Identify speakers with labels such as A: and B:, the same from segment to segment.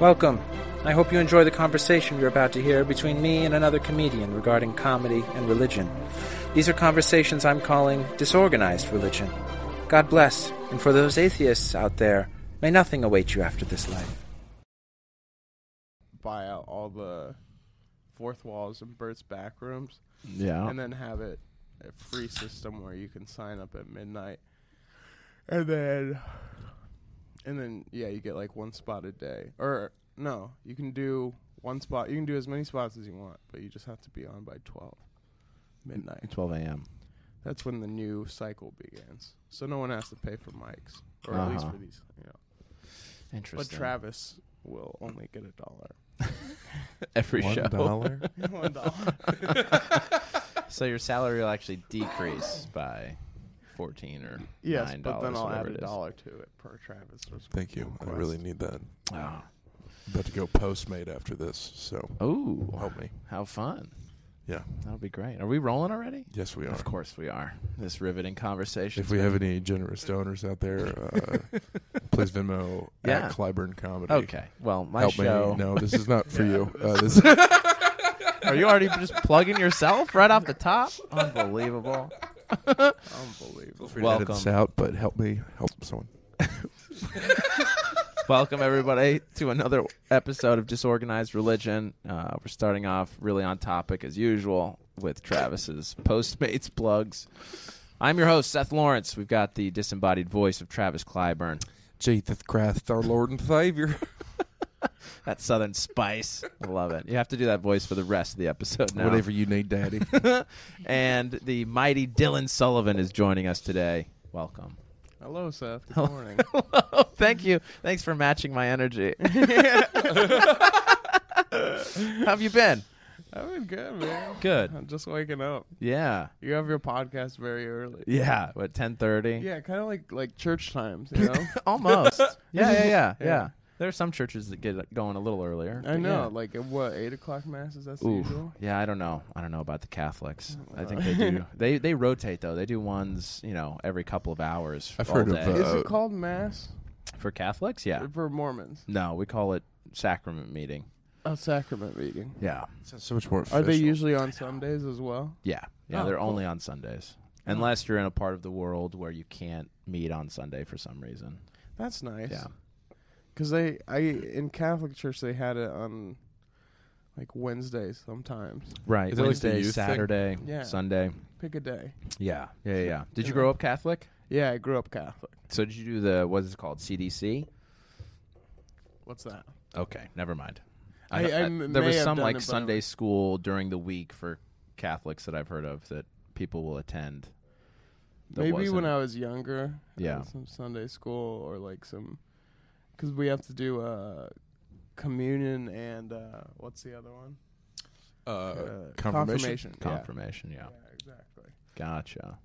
A: Welcome. I hope you enjoy the conversation you're about to hear between me and another comedian regarding comedy and religion. These are conversations I'm calling disorganized religion. God bless, and for those atheists out there, may nothing await you after this life.
B: buy out all the fourth walls and Bert's back rooms,
C: Yeah.
B: and then have it a free system where you can sign up at midnight, and then, and then yeah, you get like one spot a day, or no, you can do one spot. You can do as many spots as you want, but you just have to be on by twelve midnight.
C: 12 a.m.
B: That's when the new cycle begins. So no one has to pay for mics, or at least
C: Uh-huh.
B: for these, you know. But
C: Interesting.
B: Travis will only get a dollar.
D: every
E: One
D: show.
E: dollar?
B: one dollar.
D: So your salary will actually decrease by fourteen or
B: Yes,
D: nine
B: but
D: dollars.
B: then I'll add
D: whatever
B: a
D: it is.
B: dollar to it per Travis.
E: Thank you. I really need that.
C: Oh.
E: About to go Postmate after this, so
D: Oh. Ooh,
E: help me.
D: how fun!
E: Yeah.
D: That'll be great. Are we rolling already?
E: Yes, we are.
D: Of course we are. This riveting conversation.
E: If we have any generous donors out there, uh, please Venmo
D: Yeah.
E: at Clyburn Comedy.
D: okay. Well, my
E: Help
D: show.
E: me. No, this is not for you. Uh, this
D: Are you already just plugging yourself right off the top? Unbelievable.
B: Unbelievable.
E: We're gonna
D: Welcome.
E: edit this out, but help me help someone.
D: Welcome, everybody, to another episode of Disorganized Religion. Uh, we're starting off really on topic as usual with Travis's Postmates plugs. I'm your host, Seth Lawrence. We've got the disembodied voice of Travis Clyburn.
E: Jesus Christ, our Lord and Savior.
D: That Southern spice. I love it. You have to do that voice for the rest of the episode now.
E: Whatever you need, Daddy.
D: And the mighty Dylan Sullivan is joining us today. Welcome.
B: Hello, Seth. Good
D: Hello.
B: morning.
D: Oh, Thank you. Thanks for matching my energy. How have you been?
B: I've been good, man.
D: Good.
B: I'm just waking up.
D: Yeah.
B: You have your podcast very early.
D: Yeah. What, 1030?
B: Yeah, kind of like like church times, you know.
D: Almost. yeah, yeah, yeah,
B: Yeah.
D: yeah, There are some churches that get it going a little earlier.
B: I
D: but
B: know,
D: yeah.
B: like at what eight o'clock masses? That's the
D: Oof.
B: usual.
D: Yeah, I don't know. I don't know about the Catholics. I think they do. They they rotate though. They do ones, you know, every couple of hours
E: I've
D: all
E: heard of,
D: day.
B: Is
E: Uh,
B: it called mass
D: for Catholics. Yeah.
B: Or for Mormons?
D: No, we call it sacrament meeting.
B: A sacrament meeting.
D: Yeah.
E: Sounds so much more.
B: Are they
E: official.
B: usually on Sundays as well?
D: Yeah. Yeah,
B: Oh,
D: they're
B: cool.
D: only on Sundays. Unless you're in a part of the world where you can't meet on Sunday for some reason.
B: That's nice.
D: Yeah.
B: Cause they, I in Catholic church they had it on like Wednesdays sometimes.
D: Right.
E: Is it like the
D: Wednesday,
E: youth thing?
D: Saturday,
B: Yeah.
D: Sunday.
B: Pick a day.
D: Yeah. Yeah, yeah. Did
B: Yeah.
D: you grow up Catholic?
B: Yeah, I grew up Catholic.
D: So did you do the what is it called? CDC?
B: What's that?
D: Okay, never mind.
B: I-
D: don't-
B: I m-
D: there
B: may
D: was
B: have
D: some
B: done
D: like
B: it, but I
D: Sunday
B: don't-
D: school during the week for Catholics that I've heard of that people will attend. that
B: Maybe when
D: wasn't-
B: I was younger. I
D: Yeah.
B: had Some Sunday school or like some, because we have to do uh, communion and uh, what's the other one?
E: Uh,
B: Uh,
E: confirmation.
B: Confirmation.
D: confirmation. Yeah.
B: Yeah. yeah, exactly.
D: gotcha.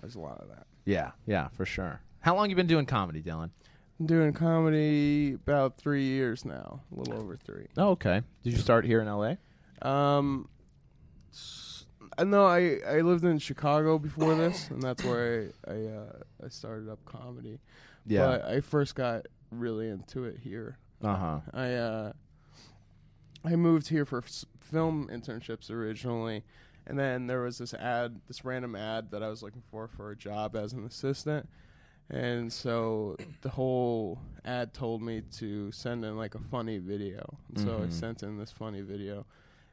B: There's a lot of that.
D: Yeah, yeah, for sure. How long you been doing comedy, Dylan?
B: I'm doing comedy about three years now, a little over three.
D: Oh, okay. Did you start here in L.A.?
B: Um, s- I know I, I lived in Chicago before this, and that's where I I, uh, I started up comedy. But I first got really into it here.
D: Uh huh.
B: I uh, I moved here for s- film internships originally, and then there was this ad, this random ad that I was looking for for a job as an assistant, and so the whole ad told me to send in like a funny video. And So I
D: Mhm.
B: sent in this funny video.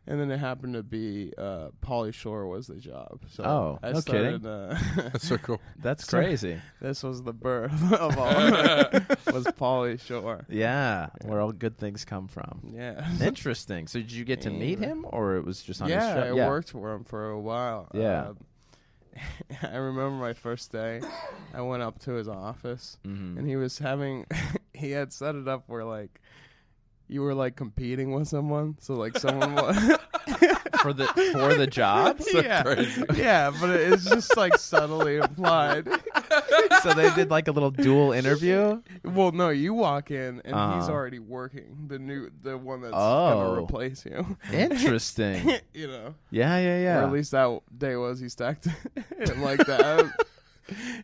B: And then it happened to be uh, Polly Shore was the job. So
D: Oh,
B: I
D: no
B: started,
D: kidding.
B: Uh,
E: That's so cool.
D: That's
B: Sorry.
D: crazy.
B: this was the birth of all. was Polly Shore?
D: yeah, where all good things come from.
B: Yeah.
D: Interesting. So did you get to meet
B: Yeah.
D: him, or it was just on
B: yeah,
D: his
B: I
D: show?
B: worked for him for a while.
D: Yeah.
B: Um, I remember my first day. I went up to his office,
D: Mhm.
B: and he was having. he had set it up where like. You were like competing with someone, so like someone was
D: for the for the job.
B: yeah, yeah, but it's just like subtly implied.
D: so they did like a little dual interview.
B: Well, no, you walk in and he's
D: Uh-huh.
B: already working the new the one that's gonna
D: Oh.
B: replace you.
D: Interesting.
B: you know,
D: Yeah, yeah, yeah.
B: Or at least that day was he stacked it like that.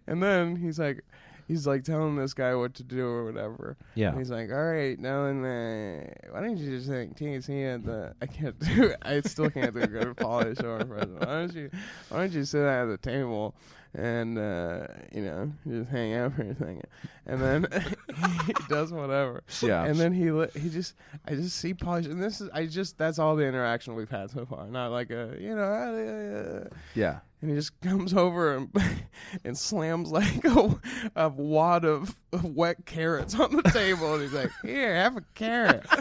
B: and then he's like, he's like telling this guy what to do or whatever.
D: Yeah.
B: And he's like, all right, now and then, why don't you just think TNT at the? I can't do. it. I still can't do a good Polish or president. Why don't you? Why don't you sit down at the table and uh, you know just hang out for a second? And then he does whatever.
D: Yeah.
B: And then he li- he just I just see Polish, and this is I just that's all the interaction we've had so far. Not like a you know. uh, uh, uh,
D: yeah.
B: and he just comes over and, and slams like a, a wad of, of wet carrots on the table, and he's like, "Here, have a carrot."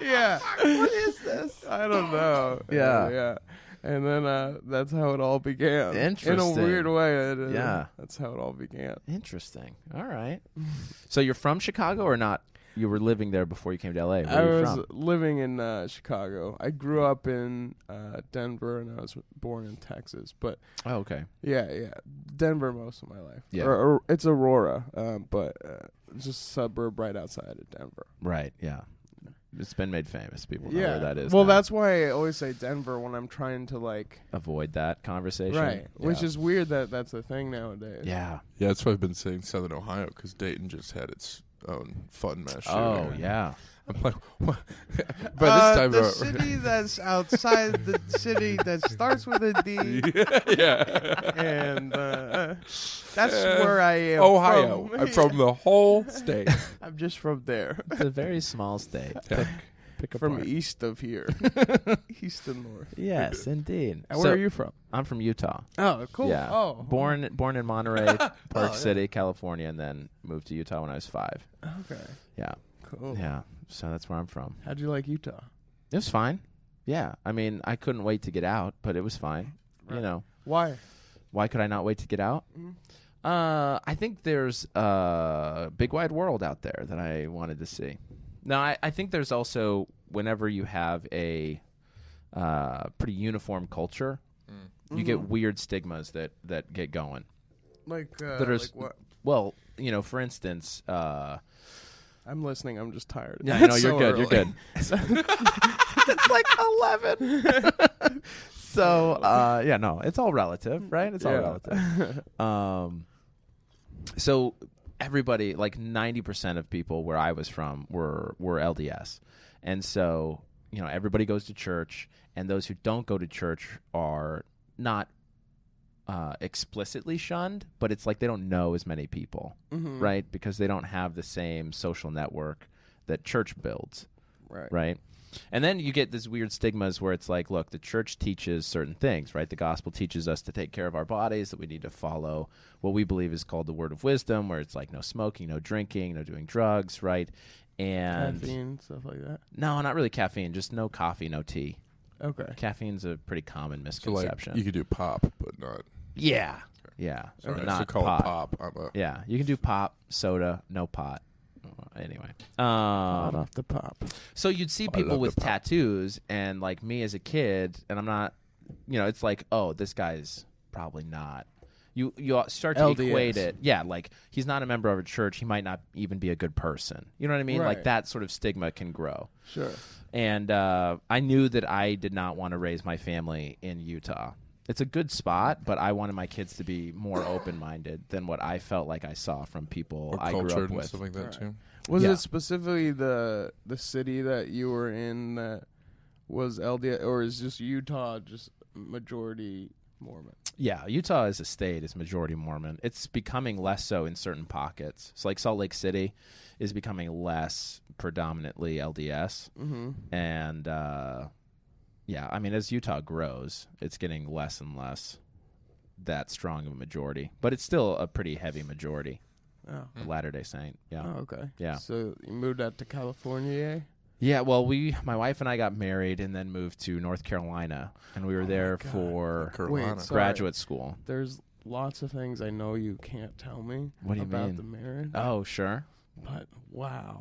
B: yeah. What is this? I don't know. Uh,
D: Yeah.
B: yeah. And then uh, that's how it all began. In a
D: Interesting.
B: weird way. It, uh,
D: Yeah.
B: That's how it all began.
D: Interesting. All right. so you're from Chicago or not? You were living there before you came to LA. Where
B: I
D: are you
B: was
D: from?
B: living in uh, Chicago. I grew up in uh, Denver, and I was born in Texas. But
D: Oh, okay.
B: Yeah, yeah. Denver most of my life.
D: Yeah.
B: Or, or- it's Aurora, um, but uh, it's just a suburb right outside of Denver.
D: Right. Yeah. It's been made famous. People know
B: yeah,
D: where that is.
B: Well,
D: now.
B: that's why I always say Denver when I'm trying to like.
D: avoid that conversation.
B: Right, which
D: Yeah.
B: is weird that that's a thing nowadays.
D: yeah.
E: Yeah, that's why I've been saying Southern Ohio because Dayton just had its own fun mass shooting.
D: Oh yeah.
E: I'm like, what? By
F: Uh,
E: this time,
F: the
E: uh,
F: city that's outside the city that starts with a D.
E: yeah,
F: and uh, that's where I am.
E: Ohio.
F: from.
E: I'm from the whole state.
B: I'm just from there,
D: It's a very small state.
E: Yeah.
D: Pick
B: from E- east of here, east and north.
D: Yes, indeed.
B: And where are you from?
D: I'm from Utah.
B: Oh, cool.
D: Yeah.
B: Oh,
D: Born born in Monterey, Park City, California, and then moved to Utah when I was five.
B: okay,
D: Yeah.
B: cool.
D: Yeah. So that's where I'm from.
B: How'd you like Utah?
D: It was fine. Yeah. I mean, I couldn't wait to get out, but it was fine. You
B: Right.
D: know.
B: Why?
D: Why could I not wait to get out?
B: Mhm.
D: Uh, I think there's a big wide world out there that I wanted to see. No, I, I think there's also whenever you have a uh, pretty uniform culture, you get
B: Mm-hmm.
D: weird stigmas that that get going.
B: Like, uh,
D: That are s-
B: like what?
D: Well, you know, for instance, uh,
B: I'm listening. I'm just tired.
D: yeah, I know
B: It's
D: you're
B: so
D: good.
B: early.
D: You're good. it's like eleven. so uh, yeah, no, it's all relative, right? It's all
B: Yeah.
D: relative. Um, so everybody, like ninety percent of people where I was from were were LDS, and so you know everybody goes to church, and those who don't go to church are not. Uh, explicitly shunned, but it's like they don't know as many people,
B: Mm-hmm.
D: right? Because they don't have the same social network that church builds
B: Right.
D: right? And then you get these weird stigmas where it's like, look, the church teaches certain things, right? The gospel teaches us to take care of our bodies, that we need to follow what we believe is called the word of wisdom, where it's like no smoking, no drinking, no doing drugs, right? And
B: Caffeine stuff like that.
D: no, not really caffeine, just no coffee, no tea.
B: Okay.
D: Caffeine's a pretty common
E: So like,
D: misconception.
E: you could do pop, but not.
D: yeah. Yeah.
E: Sorry, I used to
D: not
E: call
D: pot.
E: it pop. I'm a,
D: Yeah. You can do pop, soda, no pot. Anyway. Um,
B: off the pop.
D: So you'd see
E: I
D: people
E: love
D: with
E: the pop.
D: tattoos, and like me as a kid, and I'm not, you know, it's like, oh, this guy's probably not. You you start to
B: LDS.
D: equate it, yeah. Like he's not a member of a church. He might not even be a good person. You know what I mean? Like
B: Right.
D: that sort of stigma can grow.
B: Sure.
D: And uh, I knew that I did not want to raise my family in Utah. It's a good spot, but I wanted my kids to be more open minded than what I felt like I saw from people
E: or
D: I grew
E: culture
D: up
E: and
D: with.
E: stuff like that
B: Right.
E: too.
B: Was
D: Yeah.
B: it specifically the the city that you were in that was LDS, or is just Utah just majority Mormon?
D: Yeah, Utah as a state is majority Mormon. It's becoming less so in certain pockets. So, like Salt Lake City is becoming less predominantly LDS,
B: Mm-hmm.
D: and uh, yeah, I mean, as Utah grows, it's getting less and less that strong of a majority, but it's still a pretty heavy majority.
B: Oh.
D: Latter Day Saint, yeah,
B: Oh, okay.
D: yeah,
B: So you moved out to California. eh?
D: yeah. Well, we, my wife and I, got married and then moved to North Carolina, and we were there
B: Oh God.
D: for
E: Carolina.
B: so- Sorry.
D: graduate school.
B: There's lots of things I know you can't tell me
D: What do you
B: about
D: mean?
B: the marriage,
D: Oh, sure.
B: but wow.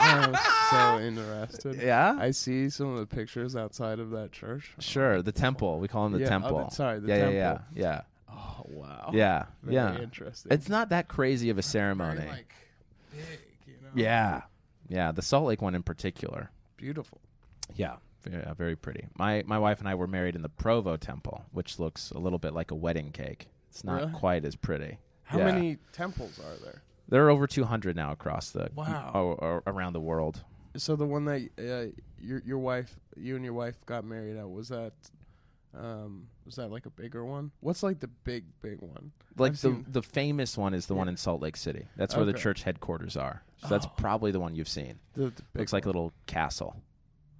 B: I'm so interested.
D: Yeah.
B: I see some of the pictures outside of that church.
D: Sure, the temple. We call him the
B: Yeah, oh,
D: temple.
B: the- sorry, the
D: yeah,
B: temple.
D: yeah, yeah,
B: Oh wow.
D: yeah, yeah,
B: Very
D: yeah.
B: Interesting.
D: It's not that crazy of a
B: Very,
D: ceremony.
B: like uh, big, you know.
D: yeah, yeah. The Salt Lake one in particular. uh,
B: Beautiful.
D: Yeah, yeah, very pretty. My my wife and I were married in the Provo Temple, which looks a little bit like a wedding cake. It's It's not
B: Really?
D: quite as pretty.
B: How
D: Yeah.
B: many temples are there?
D: There are over 200 now across the
B: Wow.
D: o- o- around the world.
B: So the one that uh, your your wife, you and your wife got married at, was that, um, was that like a bigger one? What's like the big big one?
D: Like
B: I've
D: the
B: seen-
D: the famous one is the one
B: Yeah.
D: in Salt Lake City. That's where the
B: Okay.
D: church headquarters are. So that's
B: Oh.
D: probably the one you've seen.
B: The, the big
D: Looks like a
B: one.
D: little castle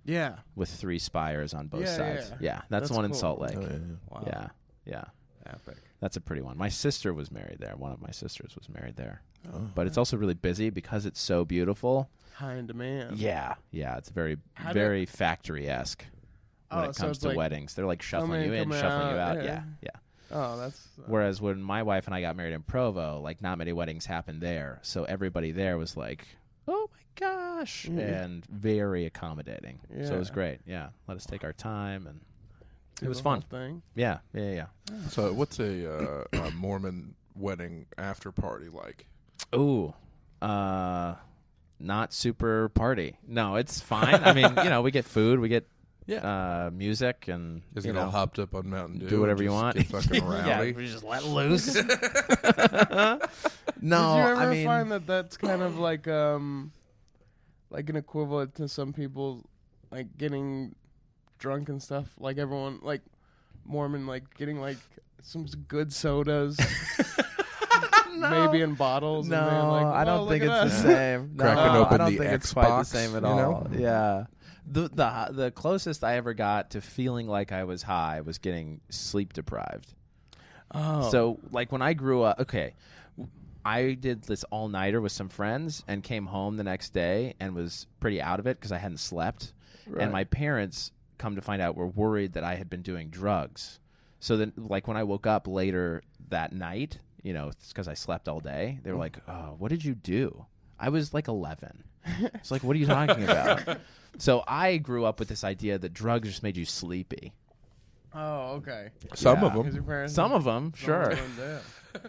B: yeah.
D: with three spires on both
B: Yeah, yeah,
D: sides.
B: yeah.
D: that's,
B: That's
D: the one in
B: cool.
D: Salt Lake.
E: Oh, yeah,
B: Wow.
D: Yeah, yeah.
B: Epic.
D: That's a pretty one. My sister was married there. One of my sisters was married there.
E: yeah. Oh.
D: But it's also really busy because it's so beautiful.
B: High in demand.
D: Yeah, yeah. It's very
B: How do-
D: very factory esque when
B: Oh,
D: it
B: so
D: comes
B: it's
D: to
B: like,
D: weddings. They're like shuffling
B: in,
D: you in,
B: come
D: shuffling you
B: out,
D: out. Yeah, yeah.
B: yeah. Oh, that's uh,
D: Whereas when my wife and I got married in Provo, like not many weddings happened there, so everybody there was like, "Oh my gosh,"
B: Mhm.
D: and very accommodating. So it was
B: Yeah.
D: great. Yeah, let us take our time and
B: do
D: it was
B: the whole
D: fun.
B: Thing.
D: yeah, yeah, yeah, yeah.
E: So what's a, uh, a Mormon wedding after party like?
D: Ooh, uh, not super party. No, it's fine. I mean, you know, we get food, we get uh, music, and
E: Just
D: you
E: get all
D: know,
E: hopped up on Mountain Dew.
D: do whatever you
E: just
D: want.
E: Get fucking rowdy.
D: we just let loose. no,
B: Did you ever
D: I mean,
B: find that that's kind of like um, like an equivalent to some people like getting drunk and stuff? Like everyone, like Mormon, like getting like some s- good sodas, maybe in bottles.
D: no,
B: and then, like,
D: I
B: "Whoa,
E: "Oh,
D: don't
B: look
D: think
B: at
D: it's
B: us."
D: the same. No,
E: Cracking
D: I
E: open
D: don't
E: the
D: think it's quite the
E: Xbox,
D: same at
E: you know?
D: all. Yeah. The, the the closest I ever got to feeling like I was high was getting sleep deprived.
B: Oh,
D: So, like when I grew up, okay, w- I did this all nighter with some friends and came home the next day and was pretty out of it because I hadn't slept.
B: Right.
D: And my parents, come to find out, were worried that I had been doing drugs. So then, like when I woke up later that night, you know, because I slept all day, they were like, oh, "What did you do?" I was like 11. It's like, what are you talking about? so I grew up with this idea that drugs just made you sleepy.
B: oh, okay.
E: Some
D: Yeah.
E: of
B: Is
E: them.
B: your parents
D: Some of them, sure,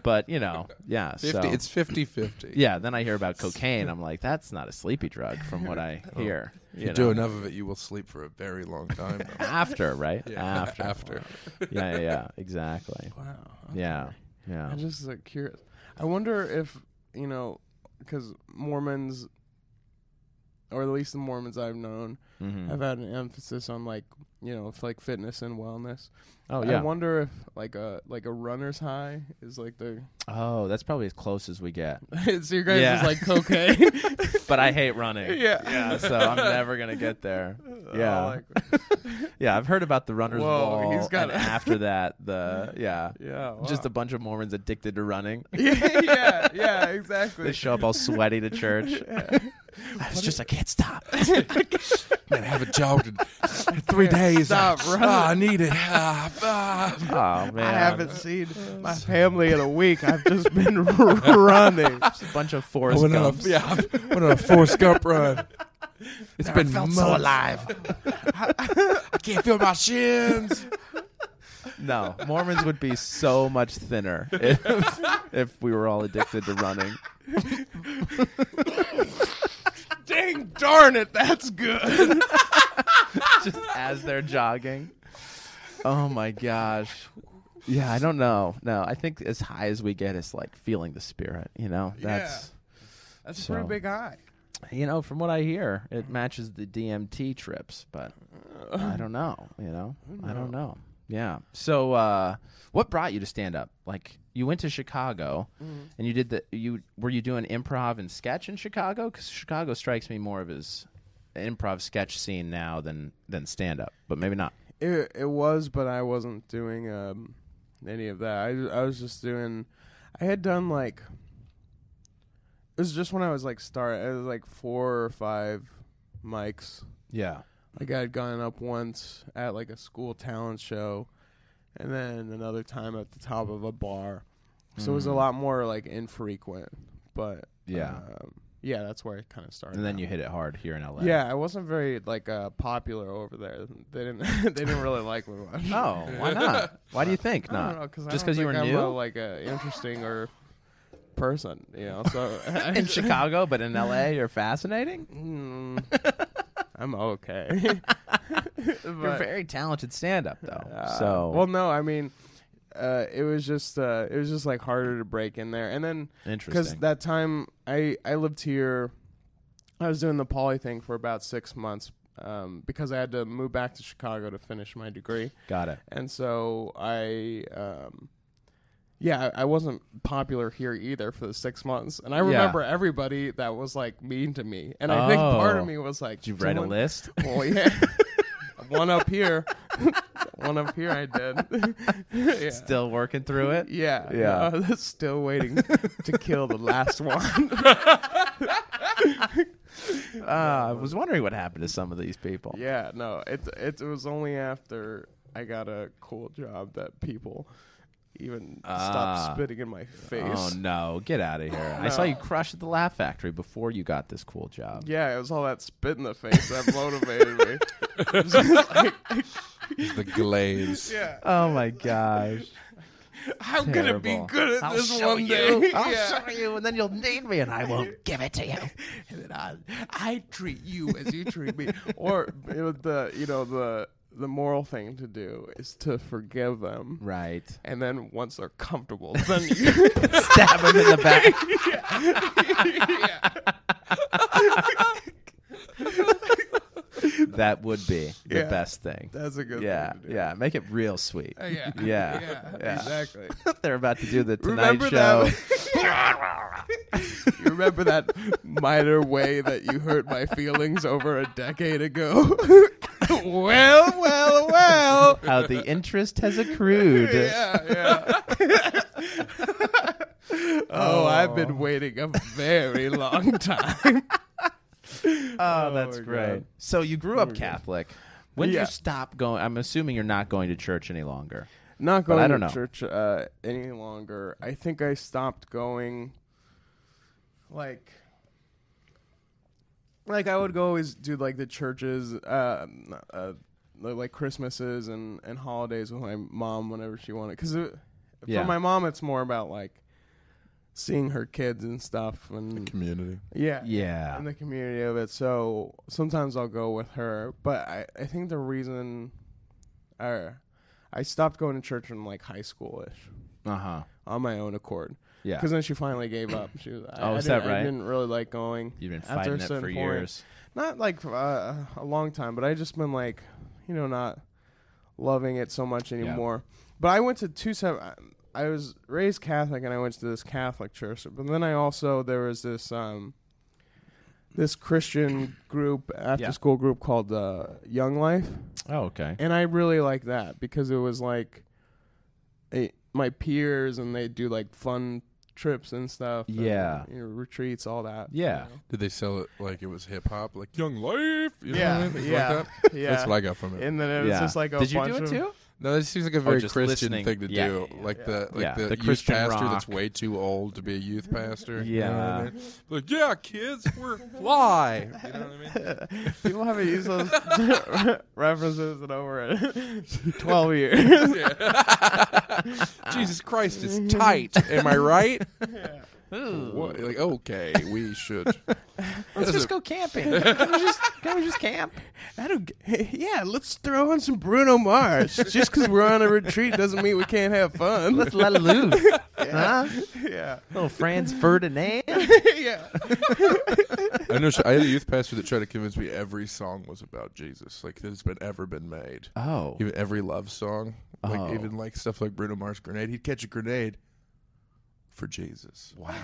D: but you know, yeah.
E: 50,
D: so.
E: It's 50 50.
D: Yeah, then I hear about cocaine. I'm like, that's not a sleepy drug, from what I hear.
E: You,
D: You
E: do
D: know.
E: enough of it, you will sleep for a very long time. though.
D: after, right?
E: Yeah,
D: After.
E: after.
D: Yeah, yeah, yeah, exactly.
B: Wow.
D: Yeah, yeah.
B: I'm just like curious. I wonder if you know, because Mormons, or at least the Mormons I've known,
D: Mhm.
B: have had an emphasis on like you know, it's like fitness and wellness.
D: Oh
B: I
D: yeah.
B: wonder if like a like a runner's high is like the
D: Oh, that's probably as close as we get.
B: so your guys
D: Yeah.
B: is like cocaine.
D: But I hate running.
B: yeah. Oh,
D: Yeah, so I'm never gonna get there. Yeah, yeah. I've heard about the runner's
B: Whoa,
D: wall,
B: he's got
D: and
B: a-
D: after that, the yeah,
B: yeah. Wow.
D: just a bunch of Mormons addicted to running.
B: yeah, yeah, yeah,
D: They
B: exactly.
D: show up all sweaty to church. it's just I can't stop.
E: Man, I haven't jogged in three days.
B: Stop,
E: Ah,
B: run.
E: I need it. Ah, ah.
D: Oh man,
G: I haven't seen my family in a week. I've just been running.
D: Just a bunch of
E: I
D: Forrest
E: went on, a,
D: Gumps.
E: yeah, I went on a Forrest Gump run. It's
D: Never
E: been
D: felt
E: months.
D: so alive.
E: I can't feel my shins.
D: No, Mormons would be so much thinner if, if we were all addicted to running.
B: Dang darn it, that's good.
D: Just as they're jogging. Oh my gosh. Yeah, I don't know. No, I think as high as we get is like feeling the spirit, you know? That's
B: That's
D: So-
B: a pretty big high.
D: you know, from what I hear, it matches the DMT trips, but I don't know, you know? I don't know. Yeah. So uh what brought you to stand up? Like you went to Chicago and you did the you were you doing improv and sketch in Chicago cuz Chicago strikes me more of as an improv sketch scene now than than stand up, but maybe not.
B: It it was, but I wasn't doing um any of that. I I was just doing. I had done like. It was just when I was like start. It was like four or five mics.
D: Yeah.
B: Like I had gone up once at like a school talent show, and then another time at the top of a bar. So it was a
D: Mm.
B: lot more like infrequent, but
D: Yeah.
B: um, yeah, that's where I kind of started.
D: and then
B: out.
D: you hit it hard here in LA.
B: Yeah, I wasn't very like uh, popular over there. They didn't. they didn't really like me much.
D: Oh, why not? Why do you think
B: I
D: not?
B: don't know, cause I
D: Just
B: don't
D: 'cause you
B: think
D: were
B: I'm
D: new?
B: a, like a interesting or person, you know. So
D: in Chicago, but in LA you're fascinating?
B: Mm, I'm okay.
D: You're
B: But,
D: very talented stand up though.
B: uh,
D: so
B: well, no, I mean, uh, it was just uh, it was just like harder to break in there. And then because
D: Interesting.
B: that time I I lived here, I was doing the poly thing for about six months um, because I had to move back to Chicago to finish my degree.
D: Got it.
B: And so I, um, yeah, I I wasn't popular here either for the six months. And I remember everybody that was like mean to me. And I think part
D: Oh.
B: of me was like,
D: Did you write a
B: "Someone-
D: list?
B: Well, Oh, yeah. One up here. One up here I did. yeah.
D: Still working through it.
B: Yeah.
D: Yeah.
B: no, that's still waiting to kill the last one.
D: Uh, I was wondering what happened to some of these people.
B: yeah, no. It, it it was only after I got a cool job that people even
D: Ah.
B: stopped spitting in my face.
D: Oh no! Get out of here! I saw you crush at the Laugh Factory before you got this cool job.
B: Yeah, it was all that spit in the face that motivated me.
E: the glaze.
B: Yeah.
D: Oh my gosh!
B: How could it be
D: Terrible.
B: good at
D: I'll
B: this
D: show
B: one
D: you.
B: day?
D: I'll
B: Yeah.
D: show you, and then you'll need me, and I won't give it to you.
B: and then I, I treat you as you treat me. Or you know, the you know the the moral thing to do is to forgive them,
D: Right.
B: and then once they're comfortable, then you,
D: Stab him in the back. that would be the
B: Yeah.
D: best thing.
B: that's a good
D: Yeah,
B: thing to do.
D: yeah. Make it real sweet.
B: Uh, yeah,
D: Yeah,
B: yeah,
D: yeah.
B: exactly.
D: They're about to do the Tonight
B: Remember
D: Show.
B: that? you remember that minor way that you hurt my feelings over a decade ago? well, well, well.
D: How the interest has accrued.
B: Yeah, yeah. oh, I've been waiting a very long time.
D: Oh, that's
B: my
D: great.
B: God.
D: So you grew up Catholic. When did
B: Yeah.
D: you stop going? I'm assuming you're not going to church any longer.
B: Not
D: But
B: going
D: I don't
B: to
D: know.
B: church uh, any longer. I think I stopped going. Like, like I would go always do like the churches, uh, uh, li- like Christmases and and holidays with my mom whenever she wanted. Because
D: Yeah.
B: for my mom, it's more about like seeing her kids and stuff, and
E: Community.
B: yeah,
D: Yeah.
B: in the community of it. So sometimes I'll go with her, but I, I think the reason, or I stopped going to church in like high school ish
D: Uh huh.
B: on my own accord.
D: Yeah.
B: Because then she finally gave up. She was, I,
D: Oh,
B: I
D: is that
B: didn't-
D: right?
B: I didn't really like going.
D: You've been
B: After a
D: fighting it for
B: certain point-
D: years.
B: Not like uh, a long time, but I just been like, you know, not loving it so much anymore. But I went to two seven. I was raised Catholic, and I went to this Catholic church. But then I also there was this um, this Christian group after school group called uh, Young Life,
D: Oh, okay.
B: and uh, I really liked that because it was like it, my peers, and they do like fun trips and stuff. and,
D: Yeah.
B: you know, retreats, all that.
D: Yeah.
E: Did they sell it like it was hip hop, like Young Life? You know
B: Yeah,
E: what I mean? Things
B: yeah,
E: Like that?
B: yeah.
E: That's what I got from it.
B: and then it was
D: yeah.
B: just like a
D: Did you
B: bunch
D: do it
B: of
D: too?
E: No, this seems like a very
D: just
E: Christian
D: listening.
E: thing to
D: Yeah,
E: do.
D: yeah, yeah,
E: like
B: yeah.
E: the like
D: Yeah,
E: the,
D: the
E: youth
D: Christian
E: pastor that's
D: rock.
E: way too old to be a youth pastor. You know what I
D: Yeah.
E: mean? Like, yeah, kids, we're fly. You know what I mean?
B: People haven't used those references in over 12 years.
D: Ah.
E: Jesus Christ is tight. Am I right? What? Like, okay, we should.
D: Let's just go camping. can, we just, can we just camp?
B: I don't, g- yeah, let's throw on some Bruno Mars. Just because we're on a retreat doesn't mean we can't have fun.
D: Let's let it loose. Huh?
B: yeah.
D: Little Franz Ferdinand.
B: yeah.
E: I know. I had a youth pastor that tried to convince me every song was about Jesus, like that's been ever been made.
D: Oh.
E: Even every love song, like
D: Oh.
E: even like stuff like Bruno Mars' "Grenade," he'd catch a grenade for Jesus.
D: Wow.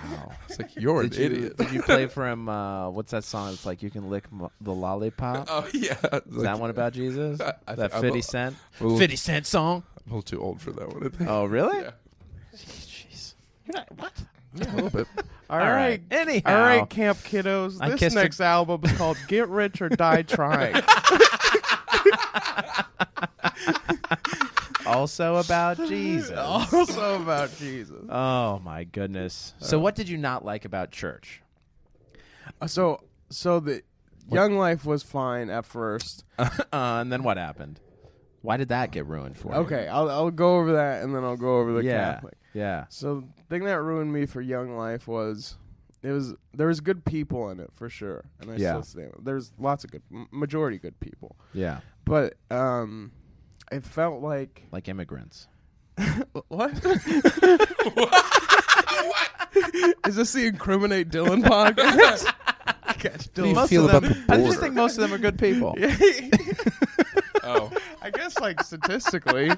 E: It's like you're
D: Did
E: an
D: you,
E: idiot.
D: did you play for him? Uh, what's that song? It's like you can lick m- the lollipop.
E: Oh yeah,
D: Is that one about Jesus?
E: I- I
D: that
E: think- I'm
D: Fifty
E: a-
D: Cent.
E: I'm a little-
D: Fifty Cent song.
E: I'm a little too old for that one. I think.
D: Oh, really?
E: Yeah.
D: Jeez. You're not, what?
E: Yeah, a little bit.
B: All
D: All
B: right.
D: right. Anyhow.
B: All right, Camp Kiddos.
D: I
B: this
D: kissed a-
B: next album is called Get Rich or Die Trying.
D: Also about Jesus.
B: also about Jesus.
D: Oh my goodness. So what did you not like about church?
B: Uh, So, so the Young Life was fine at first.
D: uh, and then what happened? Why did that get ruined for you?
B: Okay, I'll, I'll go over that and then I'll go over the
D: yeah.
B: Catholic.
D: Yeah.
B: So the thing that ruined me for Young Life was it was there was good people in it for sure, and I
D: Yeah.
B: still stand. There's lots of good, m- majority good people,
D: Yeah.
B: but um, it felt like
D: Like immigrants.
B: What? Is this the incriminate Dylan podcast? Gosh,
E: do you
B: Dylan.
E: feel
D: of
E: about
D: them,
E: the
D: I just
E: border?
D: think most of them are good people.
E: Oh,
B: I guess like statistically,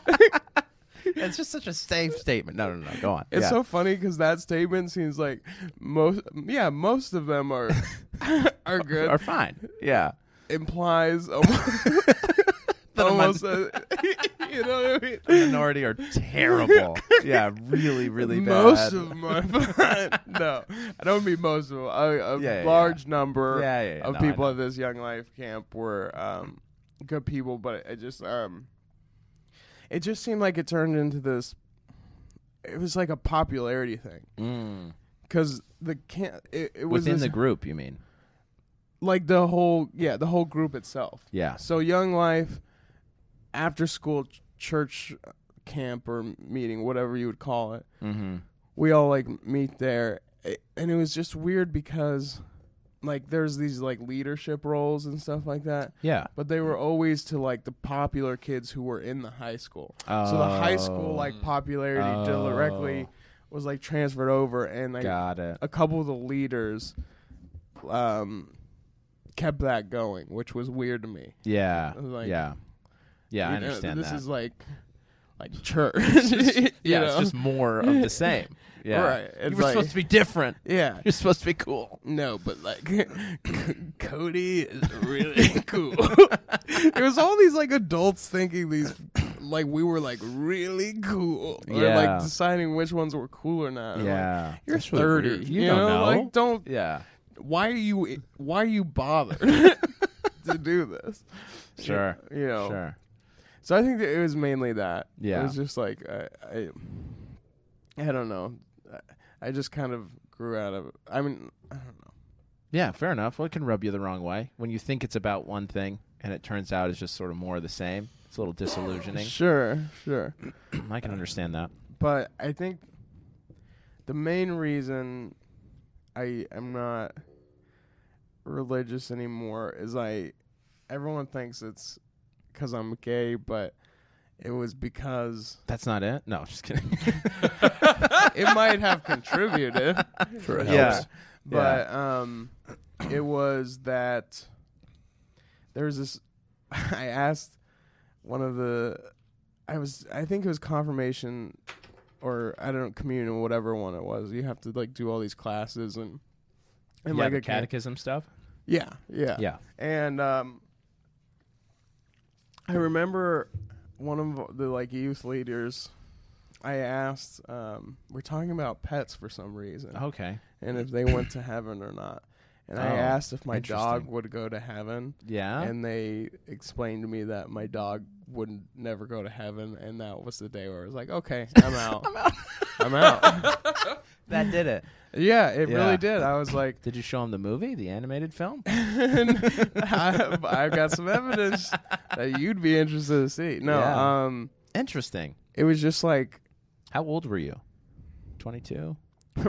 D: It's just such a safe statement. No, no, no. Go on.
B: it's
D: Yeah.
B: so funny because that statement seems like most. Yeah, most of them are are good.
D: Are fine. Yeah.
B: implies almost, almost a, you know what I mean.
D: minority are terrible. yeah, really, really bad.
B: most of my no, I don't mean most of them. A, a
D: Yeah, yeah,
B: large number
D: Yeah, yeah, yeah.
B: of
D: No, I
B: people
D: know.
B: at this young life camp were um, good people, but it just um, it just seemed like it turned into this. It was like a popularity thing
D: Mm.
B: because the camp it, it was
D: Within
B: this,
D: the group, you mean?
B: like the whole yeah the whole group itself.
D: Yeah.
B: So Young Life, after school ch- church uh, camp or meeting, whatever you would call it,
D: Mm-hmm.
B: we all like meet there, A- and it was just weird because like there's these like leadership roles and stuff like that.
D: Yeah.
B: But they were always to like the popular kids who were in the high school. So the high school
D: Oh.
B: like popularity
D: Oh.
B: directly was like transferred over, and like
D: Got it.
B: a couple of the leaders um kept that going, which was weird to me.
D: Yeah.
B: Like-
D: yeah. Yeah, I
B: You know,
D: understand
B: this
D: that.
B: is like like church.
D: yeah, it's just more of the same. Yeah.
B: Right,
D: You
B: it's
D: were
B: like-
D: supposed to be different.
B: yeah.
D: You're supposed to be cool.
B: No, but like Cody is really cool. it was all these like adults thinking these like we were like really cool or
D: Yeah.
B: like deciding which ones were cool or not. I'm like,
D: Yeah.
B: you're
E: That's really
B: 30.
E: weird.
D: You
B: you
D: don't
B: know,
D: know.
B: like don't
D: Yeah.
B: why are you why are you bothered to do this?
D: Sure.
B: You know.
D: Sure.
B: So I think that it was mainly that.
D: Yeah.
B: It was just like I I, I don't know. I- I just kind of grew out of it. I mean, I don't know.
D: Yeah, fair enough. Well, it can rub you the wrong way when you think it's about one thing and it turns out it's just sort of more of the same. It's a little disillusioning.
B: Sure, sure.
D: I can understand that.
B: But I think the main reason I am not religious anymore is I everyone thinks it's cuz I'm gay, but it was because
D: That's not it. No, just kidding.
B: it might have contributed.
E: sure it
D: Yeah.
E: helps.
B: But um, it was that there was this. I asked one of the. I was. I think it was confirmation, or I don't know, communion, or whatever one it was. You have to like do all these classes and and
D: yeah,
B: like
D: the
B: a ca-
D: catechism stuff.
B: Yeah, yeah,
D: Yeah.
B: And um, I remember one of the like youth leaders. I asked. Um, we're talking about pets for some reason
D: Okay.
B: and if they went to heaven or not. And I
D: Oh,
B: asked if my dog
D: interesting.
B: would go to heaven,
D: Yeah.
B: and they explained to me that my dog would never go to heaven, and that was the day where I was like, okay, I'm out. I'm out.
D: that did it.
B: yeah, it
D: Yeah.
B: really did. I was like,
D: Did you show him the movie, the animated film?
B: I've, I've got some evidence that you'd be interested to see. No,
D: Yeah.
B: um,
D: Interesting.
B: it was just like
D: How old were you? 22.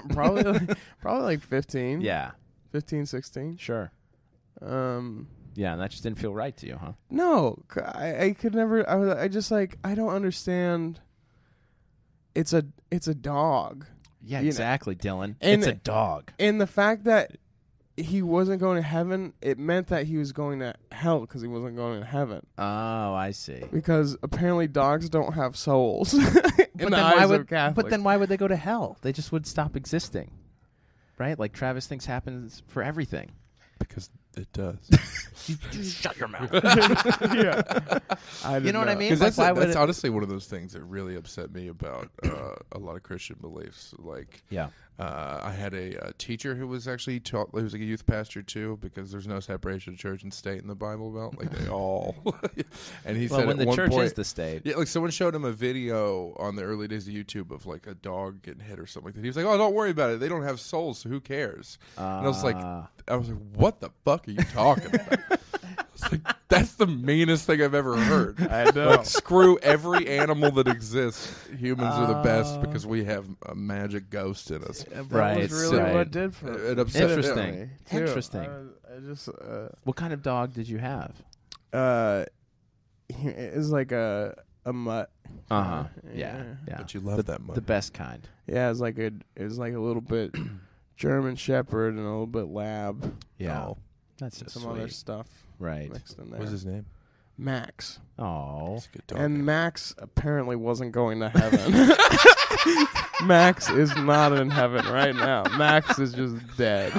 B: probably like, probably like 15,
D: Yeah.
B: 15, 16.
D: Sure.
B: Um,
D: Yeah, and that just didn't feel right to you, huh?
B: No, c- I, I could never. I, was- I just like I don't understand. It's a it's a dog,
D: Yeah,
B: You know.
D: exactly, Dylan.
B: And-
D: it's a dog.
B: and the fact that he wasn't going to heaven, it meant that he was going to hell because he wasn't going to heaven.
D: Oh, I see.
B: Because apparently dogs don't have souls. in the eyes
D: why
B: of
D: would,
B: Catholics.
D: but then why would they go to hell? They just would stop existing. Right? Like Travis thinks happens for everything.
E: because it does.
D: Shut your mouth.
B: yeah, I
D: You
B: don't
D: know what I mean?
E: Because
D: Like,
E: that's,
D: why would
E: that's
D: it-
E: honestly one of those things that really upset me about uh, a lot of Christian beliefs. Like,
D: Yeah.
E: uh, I had a, uh teacher who was actually taught. He was like a youth pastor too, because there's no separation of church and state in the Bible Belt. Like they all. and he
D: Well,
E: said
D: when
E: at
D: the
E: one
D: church
E: point,
D: is the state.
E: Yeah, like someone showed him a video on the early days of YouTube of like a dog getting hit or something like that. He was like, "Oh, don't worry about it. They don't have souls, so who cares?" and I was like,
D: Ah.
E: "I was like, what the fuck are you talking about?" I was like, "That's the meanest thing I've ever heard."
B: I know.
D: Oh.
E: Like, screw every animal that exists. Humans are the
D: Oh.
E: best because we have a magic ghost in us.
D: Right,
B: That was really
D: right.
B: what did for
E: It upset
D: Interesting.
E: me.
B: too.
D: Interesting.
B: I, was- I just uh,
D: What kind of dog did you have?
B: uh, he- it's like a a mutt.
D: Uh huh. Yeah.
B: Yeah.
D: Yeah.
E: But you love that mutt.
D: The best kind.
B: Yeah, it was like a it was like a little bit German Shepherd and a little bit Lab,
D: Yeah.
E: Oh.
D: That's so
B: some
D: sweet.
B: other stuff
D: right.
B: mixed in there.
E: What's his name?
B: Max.
D: Oh.
E: It's a good dog.
B: and
E: name.
B: Max apparently wasn't going to heaven. Max is not in heaven right now. Max is just dead.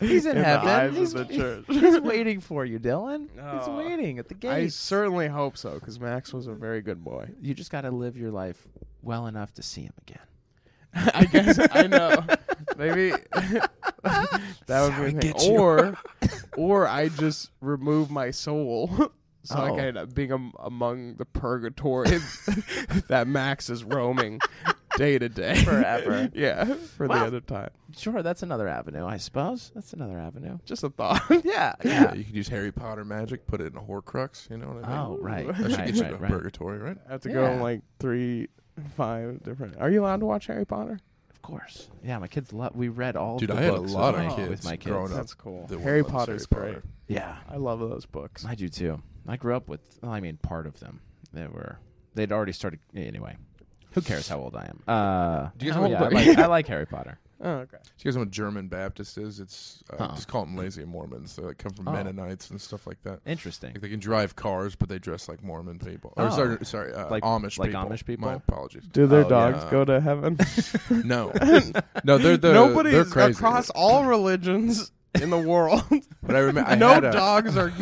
D: He's in,
B: In the
D: heaven.
B: eyes of
D: he's,
B: the church.
D: he's waiting for you, Dylan. He's
B: Oh.
D: waiting at the
B: I
D: gate.
B: certainly hope so, because Max was a very good boy.
D: you just got to live your life well enough to see him again.
B: I guess I know. Maybe that
E: we
B: would be a
E: get
B: thing.
E: you.
B: Or, or I just remove my soul, so I
D: Oh.
B: can end up being am- among the purgatory that Max is roaming day to day
D: Forever.
B: yeah, for
D: Wow.
B: the other time.
D: Sure, that's another avenue, I suppose. That's another avenue.
B: Just a thought.
D: Yeah.
E: Yeah, you could use Harry Potter magic, put it in a Horcrux. You know what I mean?
D: Oh, right.
E: That should
D: right,
E: get you
D: right,
E: to
D: right.
E: purgatory, right?
B: I have to go on
D: Yeah.
B: like three, five different. Are you allowed to watch Harry Potter?
D: Of course. Yeah, my kids love. We read all
E: Dude,
D: the
E: I had a
D: books
E: lot
D: with
E: of
D: my,
E: kids
D: with my kids.
E: growing up.
B: That's cool.
E: Oh, The
B: Harry
E: one that
B: Potter's
E: loves Harry
B: great.
E: Potter.
D: Yeah,
B: I love those books.
D: I do too. I grew up with. Well, I mean, part of them. They were. They'd already started. Anyway, who cares how old I am? Uh,
E: Do you guys
D: oh,
E: know
D: yeah, I,
E: what-
D: like, I like Harry Potter.
B: Oh, okay.
E: Do you guys know what German Baptist is? It's uh,
D: Uh-uh.
E: just call them lazy Mormons. They like, come from
D: Oh.
E: Mennonites and stuff like that.
D: Interesting.
E: Like they can drive cars, but they dress like Mormon people. Or
D: Oh.
E: sorry, sorry uh,
D: Like-
E: Amish
D: like
E: people.
D: Amish people?
E: My apologies.
B: Do their
D: Oh,
B: dogs
E: yeah.
B: go to heaven?
E: No, no, they're the
B: Nobody's
E: they're crazy.
B: across all religions in the world.
E: But I remember, I
B: no
E: had a,
B: dogs are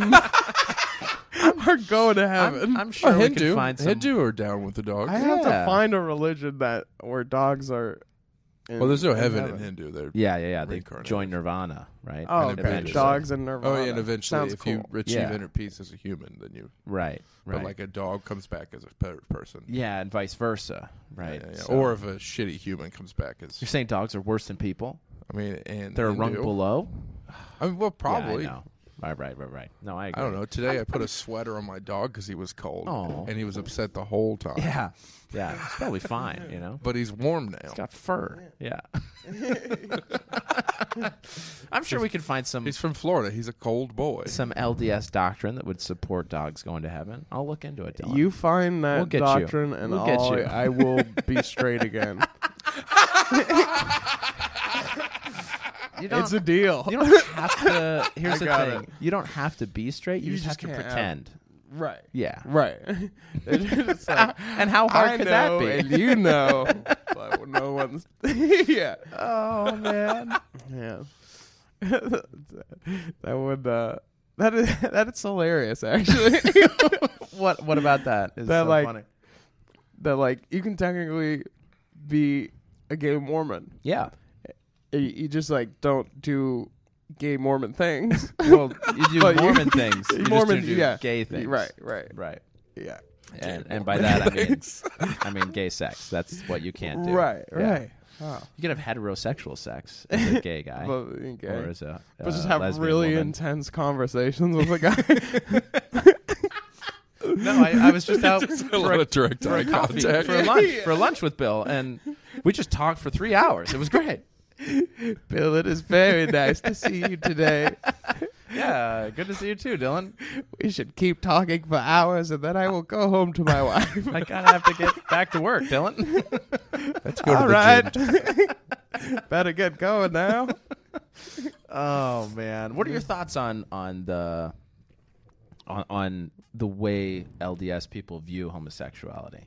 B: are going to heaven.
D: I'm,
B: i
D: I'm sure
E: Oh,
D: we
E: Hindu,
D: can find some.
E: Hindu are down with the dogs.
B: have to
D: Yeah.
B: find a religion that where dogs are. In,
E: well, there's no
B: in
E: heaven in Hindu. They're
D: Yeah, yeah, yeah. They
E: Reincarnated.
D: join Nirvana, right?
B: Oh,
E: And
B: okay.
E: eventually-
B: dogs and Nirvana.
E: Oh, yeah, and eventually,
B: Sounds
E: if
B: cool.
E: you achieve
D: Yeah.
E: inner peace as a human, then you.
D: Right, right.
E: But like a dog comes back as a per- person.
D: yeah, and vice versa, right?
E: Yeah, yeah.
D: So-
E: Or if a shitty human comes back as,
D: you're saying dogs are worse than people?
E: I mean, and
D: They're a rung
E: Hindu.
D: below.
E: I mean,
D: Yeah,
E: well,
D: I
E: probably.
D: know. Right, right, right, right. No, I. Agree.
E: I don't know. Today I put a sweater on my dog because he was cold,
D: Aw.
E: and he was upset the whole time.
D: Yeah, yeah. It's probably fine, you know.
E: But he's warm now.
D: It's
B: Oh.
D: got fur. Yeah. I'm sure we could find some
E: He's from Florida. He's a cold boy.
D: some LDS doctrine that would support dogs going to heaven. I'll look into it, Dylan.
B: You find that
D: We'll get you.
B: doctrine, and
D: We'll get
B: I'll-
D: you.
B: I will be straight again.
D: You don't,
B: it's a deal,
D: you don't have to. Here's the
B: got
D: thing: you don't have to be straight. You,
B: You
D: just,
B: just
D: have to
B: can't.
D: pretend.
B: right?
D: Yeah.
B: Right. It's like,
D: And how hard
B: I
D: could
B: know,
D: that
B: and
D: be?
B: you know, but no one's. yeah.
D: oh man.
B: Yeah. that would uh that is that is hilarious actually.
D: What What about that? Is
B: That,
D: so
B: like-
D: funny.
B: that like you can technically be a gay Mormon.
D: Yeah.
B: You, you just like don't do gay Mormon things.
D: Well, you do
B: But Oh, you-
D: Mormon things. You
B: Mormon
D: just do
B: yeah.
D: gay things.
B: Right, right.
D: Right.
B: Yeah.
D: And, and by that I mean, I mean gay sex. That's what you can't do.
B: Right,
D: Yeah.
B: right. Wow.
D: You can have heterosexual sex as a gay guy,
B: But, being gay.
D: or as a
B: But
D: uh,
B: just have
D: lesbian
B: really
D: woman.
B: intense conversations with a guy.
D: No, I, I was just out
E: a
D: for,
E: lot
D: a,
E: of direct
D: for a
E: eye
D: coffee
E: contact.
D: for lunch for lunch with Bill, and we just talked for three hours. It was great.
B: Bill, it is very nice to see you today.
D: Yeah, good to see you too, Dylan.
B: We should keep talking for hours and then I will go home to my wife.
D: I kind of have to get back to work, Dylan.
E: Let's go to
B: All
E: the
B: right.
E: gym.
B: Better get going now.
D: Oh man, what are your thoughts on on the on, on the way LDS people view homosexuality?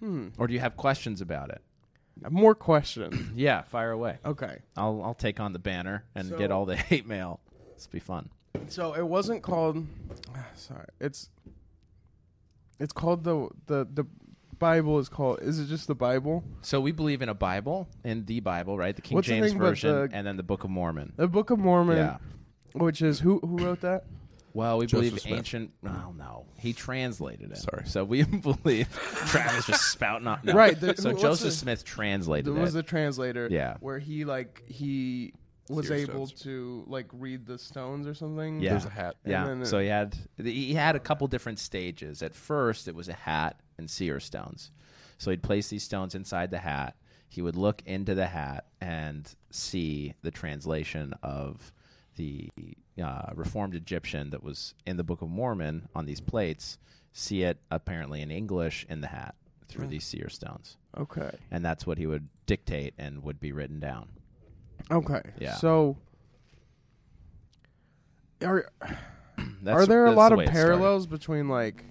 D: Hmm. Or do you have questions about it?
B: More questions.
D: Yeah, fire away.
B: Okay.
D: I'll I'll take on the banner and get all the hate mail. This will be fun.
B: So it wasn't called sorry. It's it's called the the the Bible is called is it just the Bible?
D: So we believe in a Bible, in the Bible, right? The King
B: What's the
D: James
B: thing about
D: version,
B: the-
D: and then the Book of Mormon.
B: The Book of Mormon.
D: Yeah.
B: Which is who who wrote that?
D: Well, we
E: Joseph
D: believe
E: Smith.
D: ancient. Oh no, he translated it.
E: Sorry.
D: So we believe Travis just spouting off. No.
B: Right, the-
D: so
B: what's
D: Joseph
B: the-
D: Smith translated
B: There was
D: it.
B: the translator.
D: Yeah.
B: Where he like he was
E: Seer
B: able
E: stones.
B: to like read the stones or something.
D: yeah.
E: There's a hat.
D: yeah.
B: and then
D: so he had he had a couple different stages. At first, it was a hat and seer stones. So he'd place these stones inside the hat. He would look into the hat and see the translation of the uh, Reformed Egyptian that was in the Book of Mormon on these plates. see it apparently in English in the hat through these seer stones,
B: Okay.
D: and that's what he would dictate and would be written down.
B: Okay.
D: Yeah.
B: So are
D: That's,
B: are there a
D: that's
B: lot
D: the
B: of
D: way it started.
B: parallels between like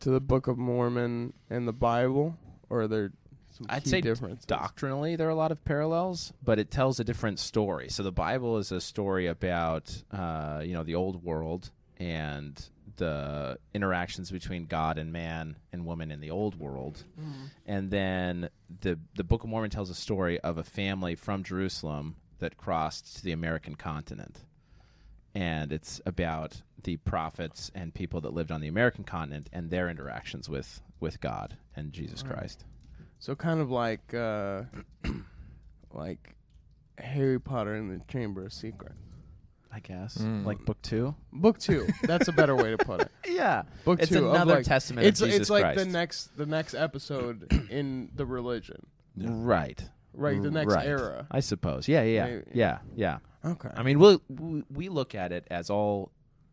B: to the Book of Mormon and the Bible, or are there some
D: I'd
B: key
D: say
B: differences?
D: Doctrinally, there are a lot of parallels, but it tells a different story. So the Bible is a story about uh, you know the old world and the interactions between God and man and woman in the old world,
B: Mm-hmm.
D: and then the the Book of Mormon tells a story of a family from Jerusalem that crossed to the American continent and it's about the prophets and people that lived on the American continent and their interactions with with God and Jesus Christ.
B: So kind of like uh like Harry Potter and the Chamber of Secrets.
D: I guess
E: Mm.
D: like book two.
B: Book two. That's a better way to put it.
D: Yeah,
B: Book
D: it's
B: two. of,
D: another
B: like-
D: testament
B: It's
D: of Jesus
B: it's like
D: Christ.
B: the next the next episode in the religion,
D: right,
B: right? The next
D: right.
B: era.
D: I suppose. Yeah, yeah, yeah,
B: Maybe.
D: yeah, yeah.
B: Okay.
D: I mean, we'll, we we look at it as all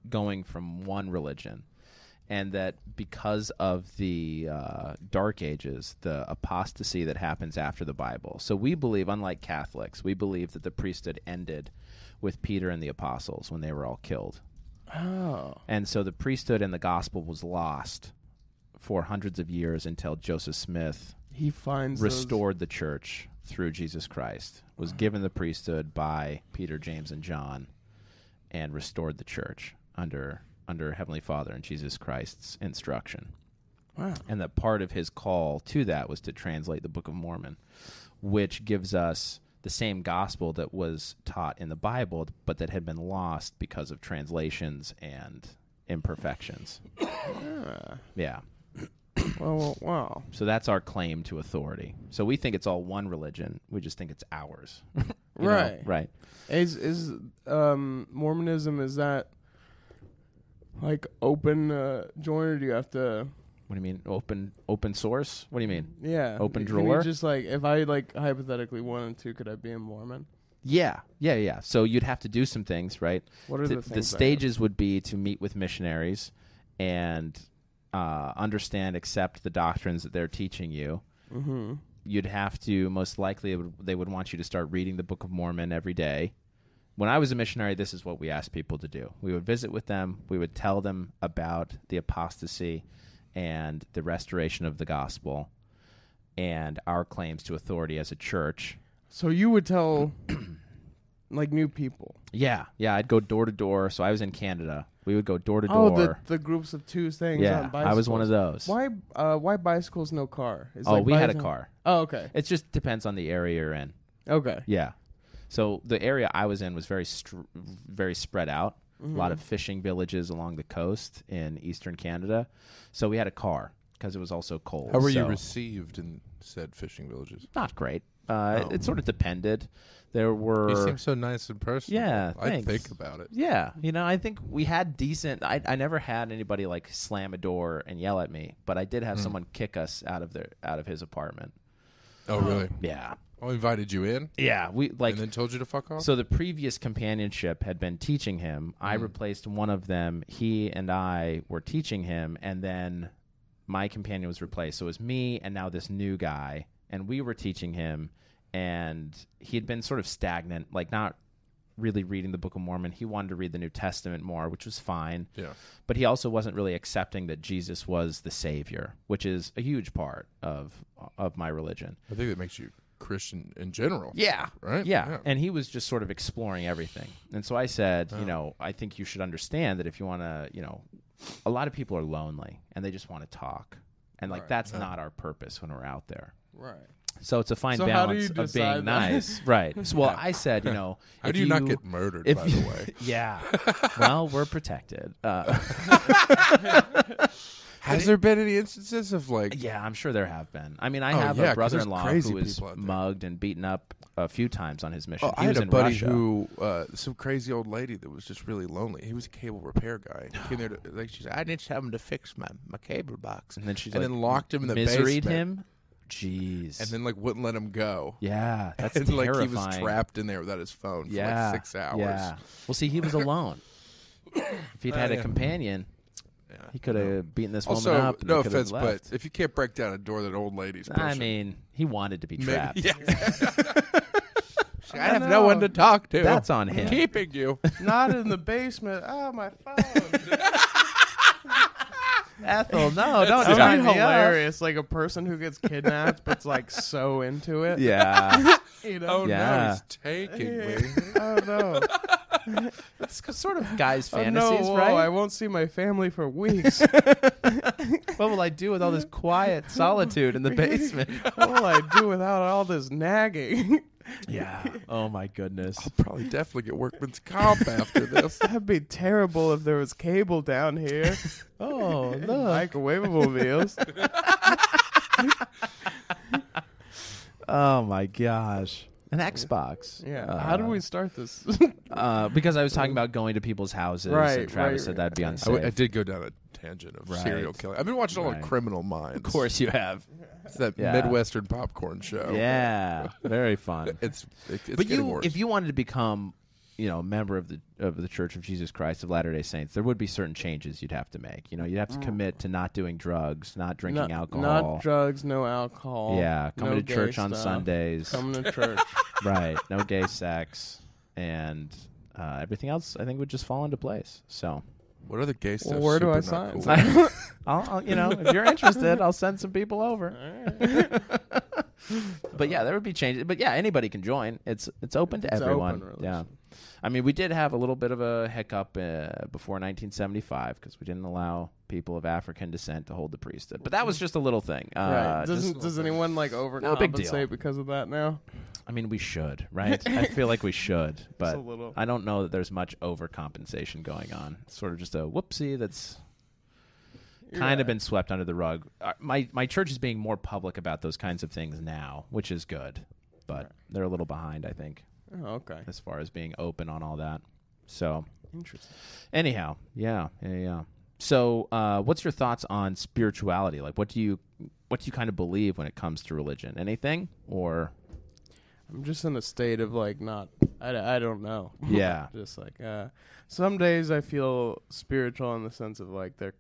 D: going from one religion, and that because of the uh, Dark Ages, the apostasy that happens after the Bible. So we believe, unlike Catholics, we believe that the priesthood ended with Peter and the apostles when they were all killed,
B: oh.
D: and so the priesthood and the gospel was lost for hundreds of years until Joseph Smith
B: He finds those-
D: restored the church through Jesus Christ, was given the priesthood by Peter, James, and John, and restored the church under under Heavenly Father and Jesus Christ's instruction.
B: Wow.
D: And that part of his call to that was to translate the Book of Mormon, which gives us the same gospel that was taught in the Bible, but that had been lost because of translations and imperfections.
B: Ah.
D: Yeah.
B: Well, well, wow.
D: So that's our claim to authority. So we think it's all one religion. We just think it's ours. You know?
B: Right.
D: Right.
B: Is is um Mormonism is that like open uh, joint or do you have to
D: What do you mean open open source? What do you mean?
B: yeah
D: Open
B: Can you
D: drawer?
B: just like if I like hypothetically wanted to, could I be a Mormon?
D: Yeah. Yeah, yeah. So you'd have to do some things, right?
B: What are the,
D: the,
B: things I
D: the
B: have?
D: stages would be to meet with missionaries and uh, understand, accept the doctrines that they're teaching you.
B: Mhm.
D: You'd have to most likely it would- they would want you to start reading the Book of Mormon every day. When I was a missionary, this is what we asked people to do. We would visit with them. We would tell them about the apostasy and the restoration of the gospel and our claims to authority as a church.
B: So you would tell like new people.
D: Yeah, yeah, I'd go door to door. So I was in Canada. We would go door to
B: Oh, the
D: door.
B: the groups of two things
D: Yeah,
B: on bicycles.
D: I was one of those.
B: Why uh why bicycles no car? Is
D: oh,
B: like
D: we had a
B: bicycle-
D: car.
B: Oh, okay.
D: It just depends on the area you're in.
B: Okay.
D: Yeah. So the area I was in was very, str- very spread out. A lot of fishing villages along the coast in eastern Canada. So we had a car because it was also cold.
E: How were you
D: so-
E: received in said fishing villages?
D: Not great. Uh,
E: Oh.
D: It sort of depended. There were.
E: You seem so nice in person.
D: Yeah,
E: I
D: thanks.
E: think about it.
D: Yeah, you know, I think we had decent. I I never had anybody like slam a door and yell at me, but I did
E: Hmm.
D: have someone kick us out of their out of his apartment.
E: Oh, really?
D: Yeah,
E: Oh, invited you in
D: yeah, we like.
E: and then told you to fuck off.
D: so the previous companionship had been teaching him. I replaced one of them. He and I were teaching him, and then my companion was replaced. So it was me and now this new guy, and we were teaching him. And he had been sort of stagnant, like not really reading the Book of Mormon. He wanted to read the New Testament more, which was fine.
E: yeah,
D: but he also wasn't really accepting that Jesus was the savior, which is a huge part of of my religion.
E: I think that makes you Christian in general.
D: Yeah.
E: Right?
D: Yeah.
E: Yeah.
D: And he was just sort of exploring everything. And so I said, you know, I think you should understand that if you want to, you know, a lot of people are lonely and they just want to talk. And like that's not our purpose when we're out there.
B: Right.
D: So it's a fine
B: So how do
D: balance
B: you
D: of
B: decide
D: being
B: that?
D: nice, right? So, well, I said, you know,
E: How
D: if
E: do you, not get murdered?
D: if
E: By
D: you-
E: the way,
D: yeah. Well, we're protected. Uh,
E: has there been any instances of like?
D: Yeah, I'm sure there have been. I mean, I
E: Oh,
D: have
E: yeah,
D: a
E: 'cause
D: brother-in-law
E: there's
D: who
E: crazy
D: was
E: people out there.
D: mugged and beaten up a few times on his mission.
E: Oh,
D: he
E: I had
D: was
E: a
D: in
E: buddy
D: Russia.
E: who, uh, some crazy old lady that was just really lonely. He was a cable repair guy. He came there to, like, she's like, I need someone to fix my, my cable box.
D: and then she's
E: and
D: like,
E: then locked him in the
D: miseried
E: basement.
D: him. Jeez.
E: And then, like, wouldn't let him go.
D: yeah, that's
E: and, like,
D: terrifying.
E: he was trapped in there without his phone
D: yeah,
E: for, like, six hours.
D: Yeah. Well, see, he was alone. if he'd had
E: Oh,
D: a
E: yeah.
D: companion,
E: Yeah.
D: He could have beaten this
E: Also,
D: woman up. and
E: no
D: they could have
E: offense, but
D: left.
E: if you can't break down a door that old ladies push,
D: I mean, he wanted to be
E: maybe,
D: trapped.
E: yeah. I have no one to talk to.
D: That's on him.
E: Keeping you.
B: Not in the basement. Oh, my phone.
D: Ethel, no, don't
B: That
D: tie
B: would
D: me
B: be
D: up.
B: hilarious. Like a person who gets kidnapped but's like so into it.
D: Yeah,
B: You know?
E: Oh
D: Yeah.
E: no, he's taking me.
B: Oh no!
D: that's sort of guys'
B: Oh,
D: fantasies,
B: no, whoa,
D: right?
B: I won't see my family for weeks.
D: what will I do with all this quiet solitude in the basement?
B: what will I do without all this nagging?
D: yeah. Oh my goodness.
E: Probably definitely get workman's comp after this.
B: That'd be terrible if there was cable down here.
D: Oh look.
B: Microwavable meals.
D: Oh my gosh. An Xbox.
B: Yeah.
D: Uh,
B: How do we start this?
D: Uh, because I was talking about going to people's houses,
B: Oh. Right,
D: and
B: right,
D: Travis said
B: right.
D: that'd be
E: I,
D: unsafe.
E: w- I did go down a tangent of
D: Right.
E: serial killer. I've been watching a lot
D: Right.
E: of Criminal Minds.
D: of course, you have.
E: it's that
D: Yeah.
E: Midwestern popcorn show.
D: Yeah, very fun.
E: it's it, it's
D: but you,
E: getting worse.
D: if you wanted to become, you know, a member of the of the Church of Jesus Christ of Latter Day Saints, there would be certain changes you'd have to make. You know, you'd have to commit to not doing drugs, not drinking
B: Mm. not,
D: alcohol.
B: Not drugs, no alcohol.
D: yeah, coming
B: no
D: to church
B: gay
D: on
B: stuff.
D: Sundays.
B: Coming to church.
D: right. No gay sex, and uh, everything else. I think would just fall into place. So.
E: what other gay stuff?
B: well, where do
E: super
B: I
E: not
B: sign?
E: cool?
D: I'll, I'll, you know, if you're interested, I'll send some people over. but yeah, there would be changes. But yeah, anybody can join. It's it's open to
B: It's open,
D: everyone.
B: really.
D: yeah, I mean, we did have a little bit of a hiccup uh, before 1975 because we didn't allow people of African descent to hold the priesthood. But that was just a little thing. Uh,
B: right.
D: just-
B: Does, does anyone like
D: No big deal.
B: overcompensate because of that now?
D: I mean, we should, right? I feel like we should, but
B: a little.
D: I don't know that there's much overcompensation going on. It's sort of just a whoopsie that's kind
B: Yeah.
D: of been swept under the rug. Uh, My my church is being more public about those kinds of things now, which is good, but they're a little behind, I think,
B: Oh, okay.
D: as far as being open on all that. So,
B: Interesting.
D: anyhow, yeah, yeah, yeah. So, uh, what's your thoughts on spirituality? Like, what do you what do you kind of believe when it comes to religion? Anything or
B: I'm just in a state of like not. I, I don't know.
D: Yeah.
B: just like uh, some days I feel spiritual in the sense of like there,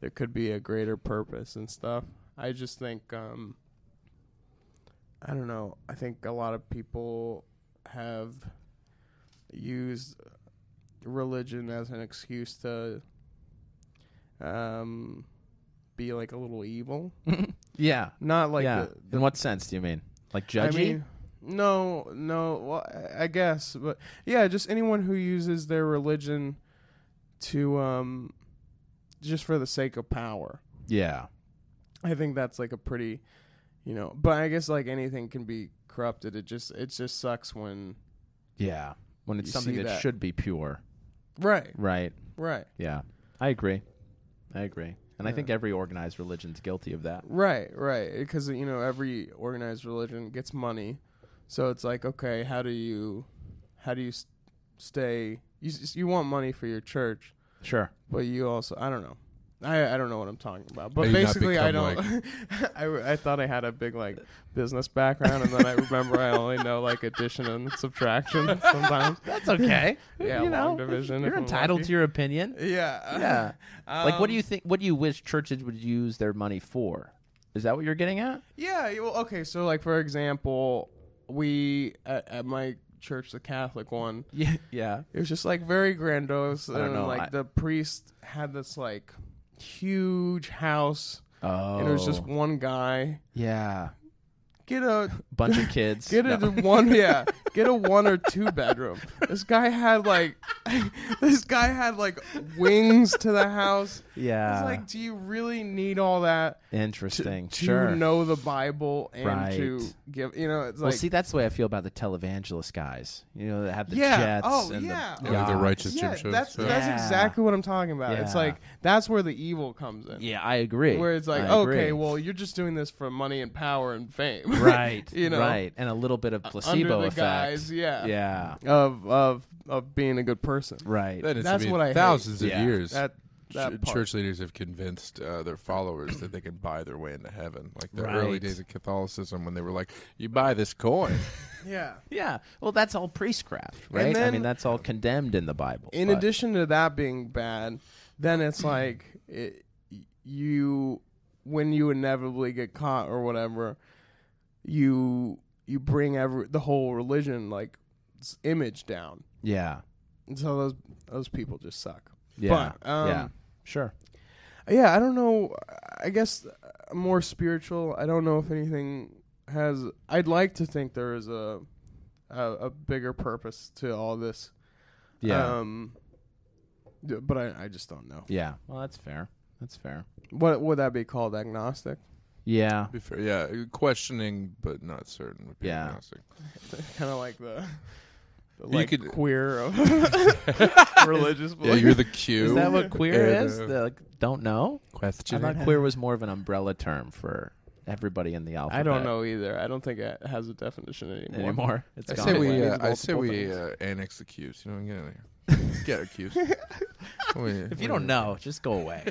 B: there could be a greater purpose and stuff. I just think um. I don't know. I think a lot of people have used religion as an excuse to um be like a little evil.
D: yeah,
B: Not like
D: yeah.
B: the-
D: In what sense do you mean? Like judgy?
B: I mean, no, no. Well, I- I guess, but yeah, just anyone who uses their religion to um, just for the sake of power.
D: yeah.
B: I think that's like a pretty, you know. But I guess like anything can be corrupted. It just it just sucks when
D: Yeah. When it's
B: You
D: something
B: see
D: that,
B: that.
D: should be pure,
B: right,
D: right?
B: right,
D: Yeah. I agree. I agree. And I
B: Yeah.
D: think every organized religion's guilty of that.
B: right, right. Because you know every organized religion gets money, so it's like okay, how do you, how do you s stay? You s- you want money for your church.
D: Sure.
B: But you also, I don't know. I, I don't know what I'm talking about. But
E: May you not
B: basically, I
E: become
B: don't. I, w- I thought I had a big like business background, and then I remember I only know like addition and subtraction sometimes.
D: That's okay.
B: Yeah,
D: you know,
B: long division.
D: You're
B: if I'm
D: entitled
B: lucky.
D: to your opinion.
B: Yeah. Um,
D: Yeah. like what do you think what do you wish churches would use their money for? Is that what you're getting at?
B: Yeah. you- Well, okay. So, like for example, we at, at my church, the Catholic one,
D: Yeah. Yeah.
B: It was just like very grandiose.
D: don't
B: and
D: know,
B: like
D: I-
B: the priest had this like huge house,
D: Oh.
B: and it was just one guy.
D: yeah.
B: Get a
D: Bunch of kids.
B: Get a
D: No.
B: one, yeah. Get a one or two bedroom. This guy had like, this guy had like wings to the house.
D: Yeah.
B: It's like, do you really need all that
D: Interesting.
B: to
D: sure.
B: know the Bible and
D: Right.
B: to give? You know, it's
D: well,
B: like,
D: see, that's the way I feel about the televangelist guys. You know, that have the
B: Yeah.
D: jets
B: Oh,
D: and
B: yeah.
D: the,
E: Yeah, with the
D: yachts.
E: righteous
B: yeah,
E: Jim shows.
B: that's
E: Yeah.
B: that's
D: Yeah.
B: exactly what I'm talking about. It's
D: Yeah.
B: like that's where the evil comes in.
D: Yeah, I agree.
B: Where it's like,
D: I
B: okay,
D: agree.
B: well, you're just doing this for money and power and fame,
D: right,
B: you know,
D: right, and a little bit of
B: under
D: placebo
B: the
D: effect.
B: guise, yeah,
D: Yeah,
B: of of of being a good person.
D: right.
E: That is,
B: That's
E: I mean,
B: what I hate.
E: thousands of
D: Yeah.
E: years.
B: That that
E: ch-
B: part.
E: church leaders have convinced uh, their followers that they can buy their way into heaven, like the
D: Right.
E: early days of Catholicism when they were like, "You buy this coin."
B: Yeah.
D: yeah. Well, that's all priestcraft, right? I
B: then-
D: mean, that's all condemned in the Bible.
B: In
D: but-
B: addition to that being bad, then it's like it, you when you inevitably get caught or whatever, you you bring every the whole religion like s- image down.
D: Yeah.
B: And so those those people just suck.
D: Yeah.
B: But, um,
D: yeah. Sure.
B: Yeah, I don't know. I guess uh, more spiritual. I don't know if anything has. I'd like to think there is a a, a bigger purpose to all this.
D: Yeah.
B: Um, d- but I, I just don't know.
D: yeah. Well, that's fair. That's fair.
B: What would that be called? Agnostic?
D: Yeah.
E: Be fair, yeah, questioning but not certain. Would be
D: Yeah.
E: agnostic.
B: kind of like the, the
E: You
B: like
E: could-
B: queer of religious
E: Yeah,
B: belief.
E: you're the Q.
D: Is that what queer
E: Yeah,
D: is?
E: no.
D: The, like, don't know. I
E: questioning?
D: thought queer was more of an umbrella term for everybody in the alphabet.
B: I don't know either. I don't think it has a definition anymore.
D: anymore. It's
E: I
D: gone
E: say
D: away.
E: we.
B: Needs
E: Uh, I say
B: multiple
E: we
B: things.
E: uh, annex the cubes. You know, get out of here. get out, cubes.
D: If you don't know, just go away.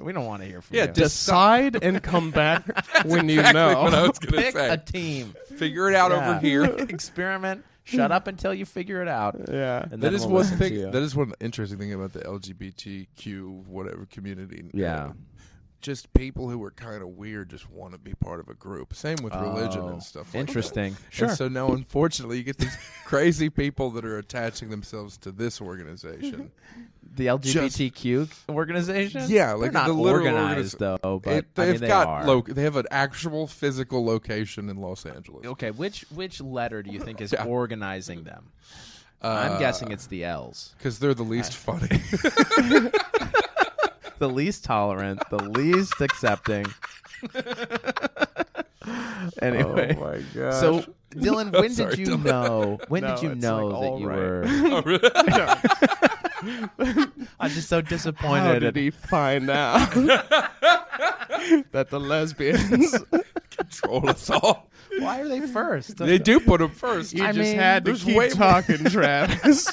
D: We don't want to hear from
E: Yeah,
D: you.
E: just-
B: Decide and come back when you know.
E: what I was gonna
D: pick
E: say.
D: a team.
E: Figure it out
D: Yeah.
E: over here.
D: Experiment. Shut up until you figure it out.
B: yeah.
D: And
E: That
D: then
E: is
D: we'll
E: one
D: listen to
E: thing.
D: you.
E: That is one interesting thing about the LGBTQ whatever community.
D: Yeah.
E: Just people who are kind of weird just want to be part of a group. Same with religion
D: Oh,
E: and stuff. Like that.
D: Interesting.
E: And so now, unfortunately, you get these crazy people that are attaching themselves to this organization.
D: the LGBTQ organization.
E: Yeah,
D: They're
E: like
D: not
E: the literal
D: organized though, but
E: It-
D: I
E: they've
D: mean, they
E: got
D: are.
E: lo- they have an actual physical location in Los Angeles.
D: okay, which which letter do you think is
E: Yeah. Uh,
D: organizing them? I'm guessing it's the L's.
E: because they're the least funny.
D: The least tolerant, the least accepting. anyway,
B: Oh my god.
D: so Dylan, when
E: sorry,
D: did you
E: Dylan.
D: know? When
B: No,
D: did you
B: it's,
D: know
B: like,
D: that
B: all
D: you
B: right.
D: were? I'm just so
B: how
D: disappointed.
B: did he find out that the lesbians?
E: Control us all.
D: Why are they first?
E: They do put them first.
B: You
D: I
B: just
D: mean-
B: had to
E: There's
B: keep
E: way more-
B: talking, Travis.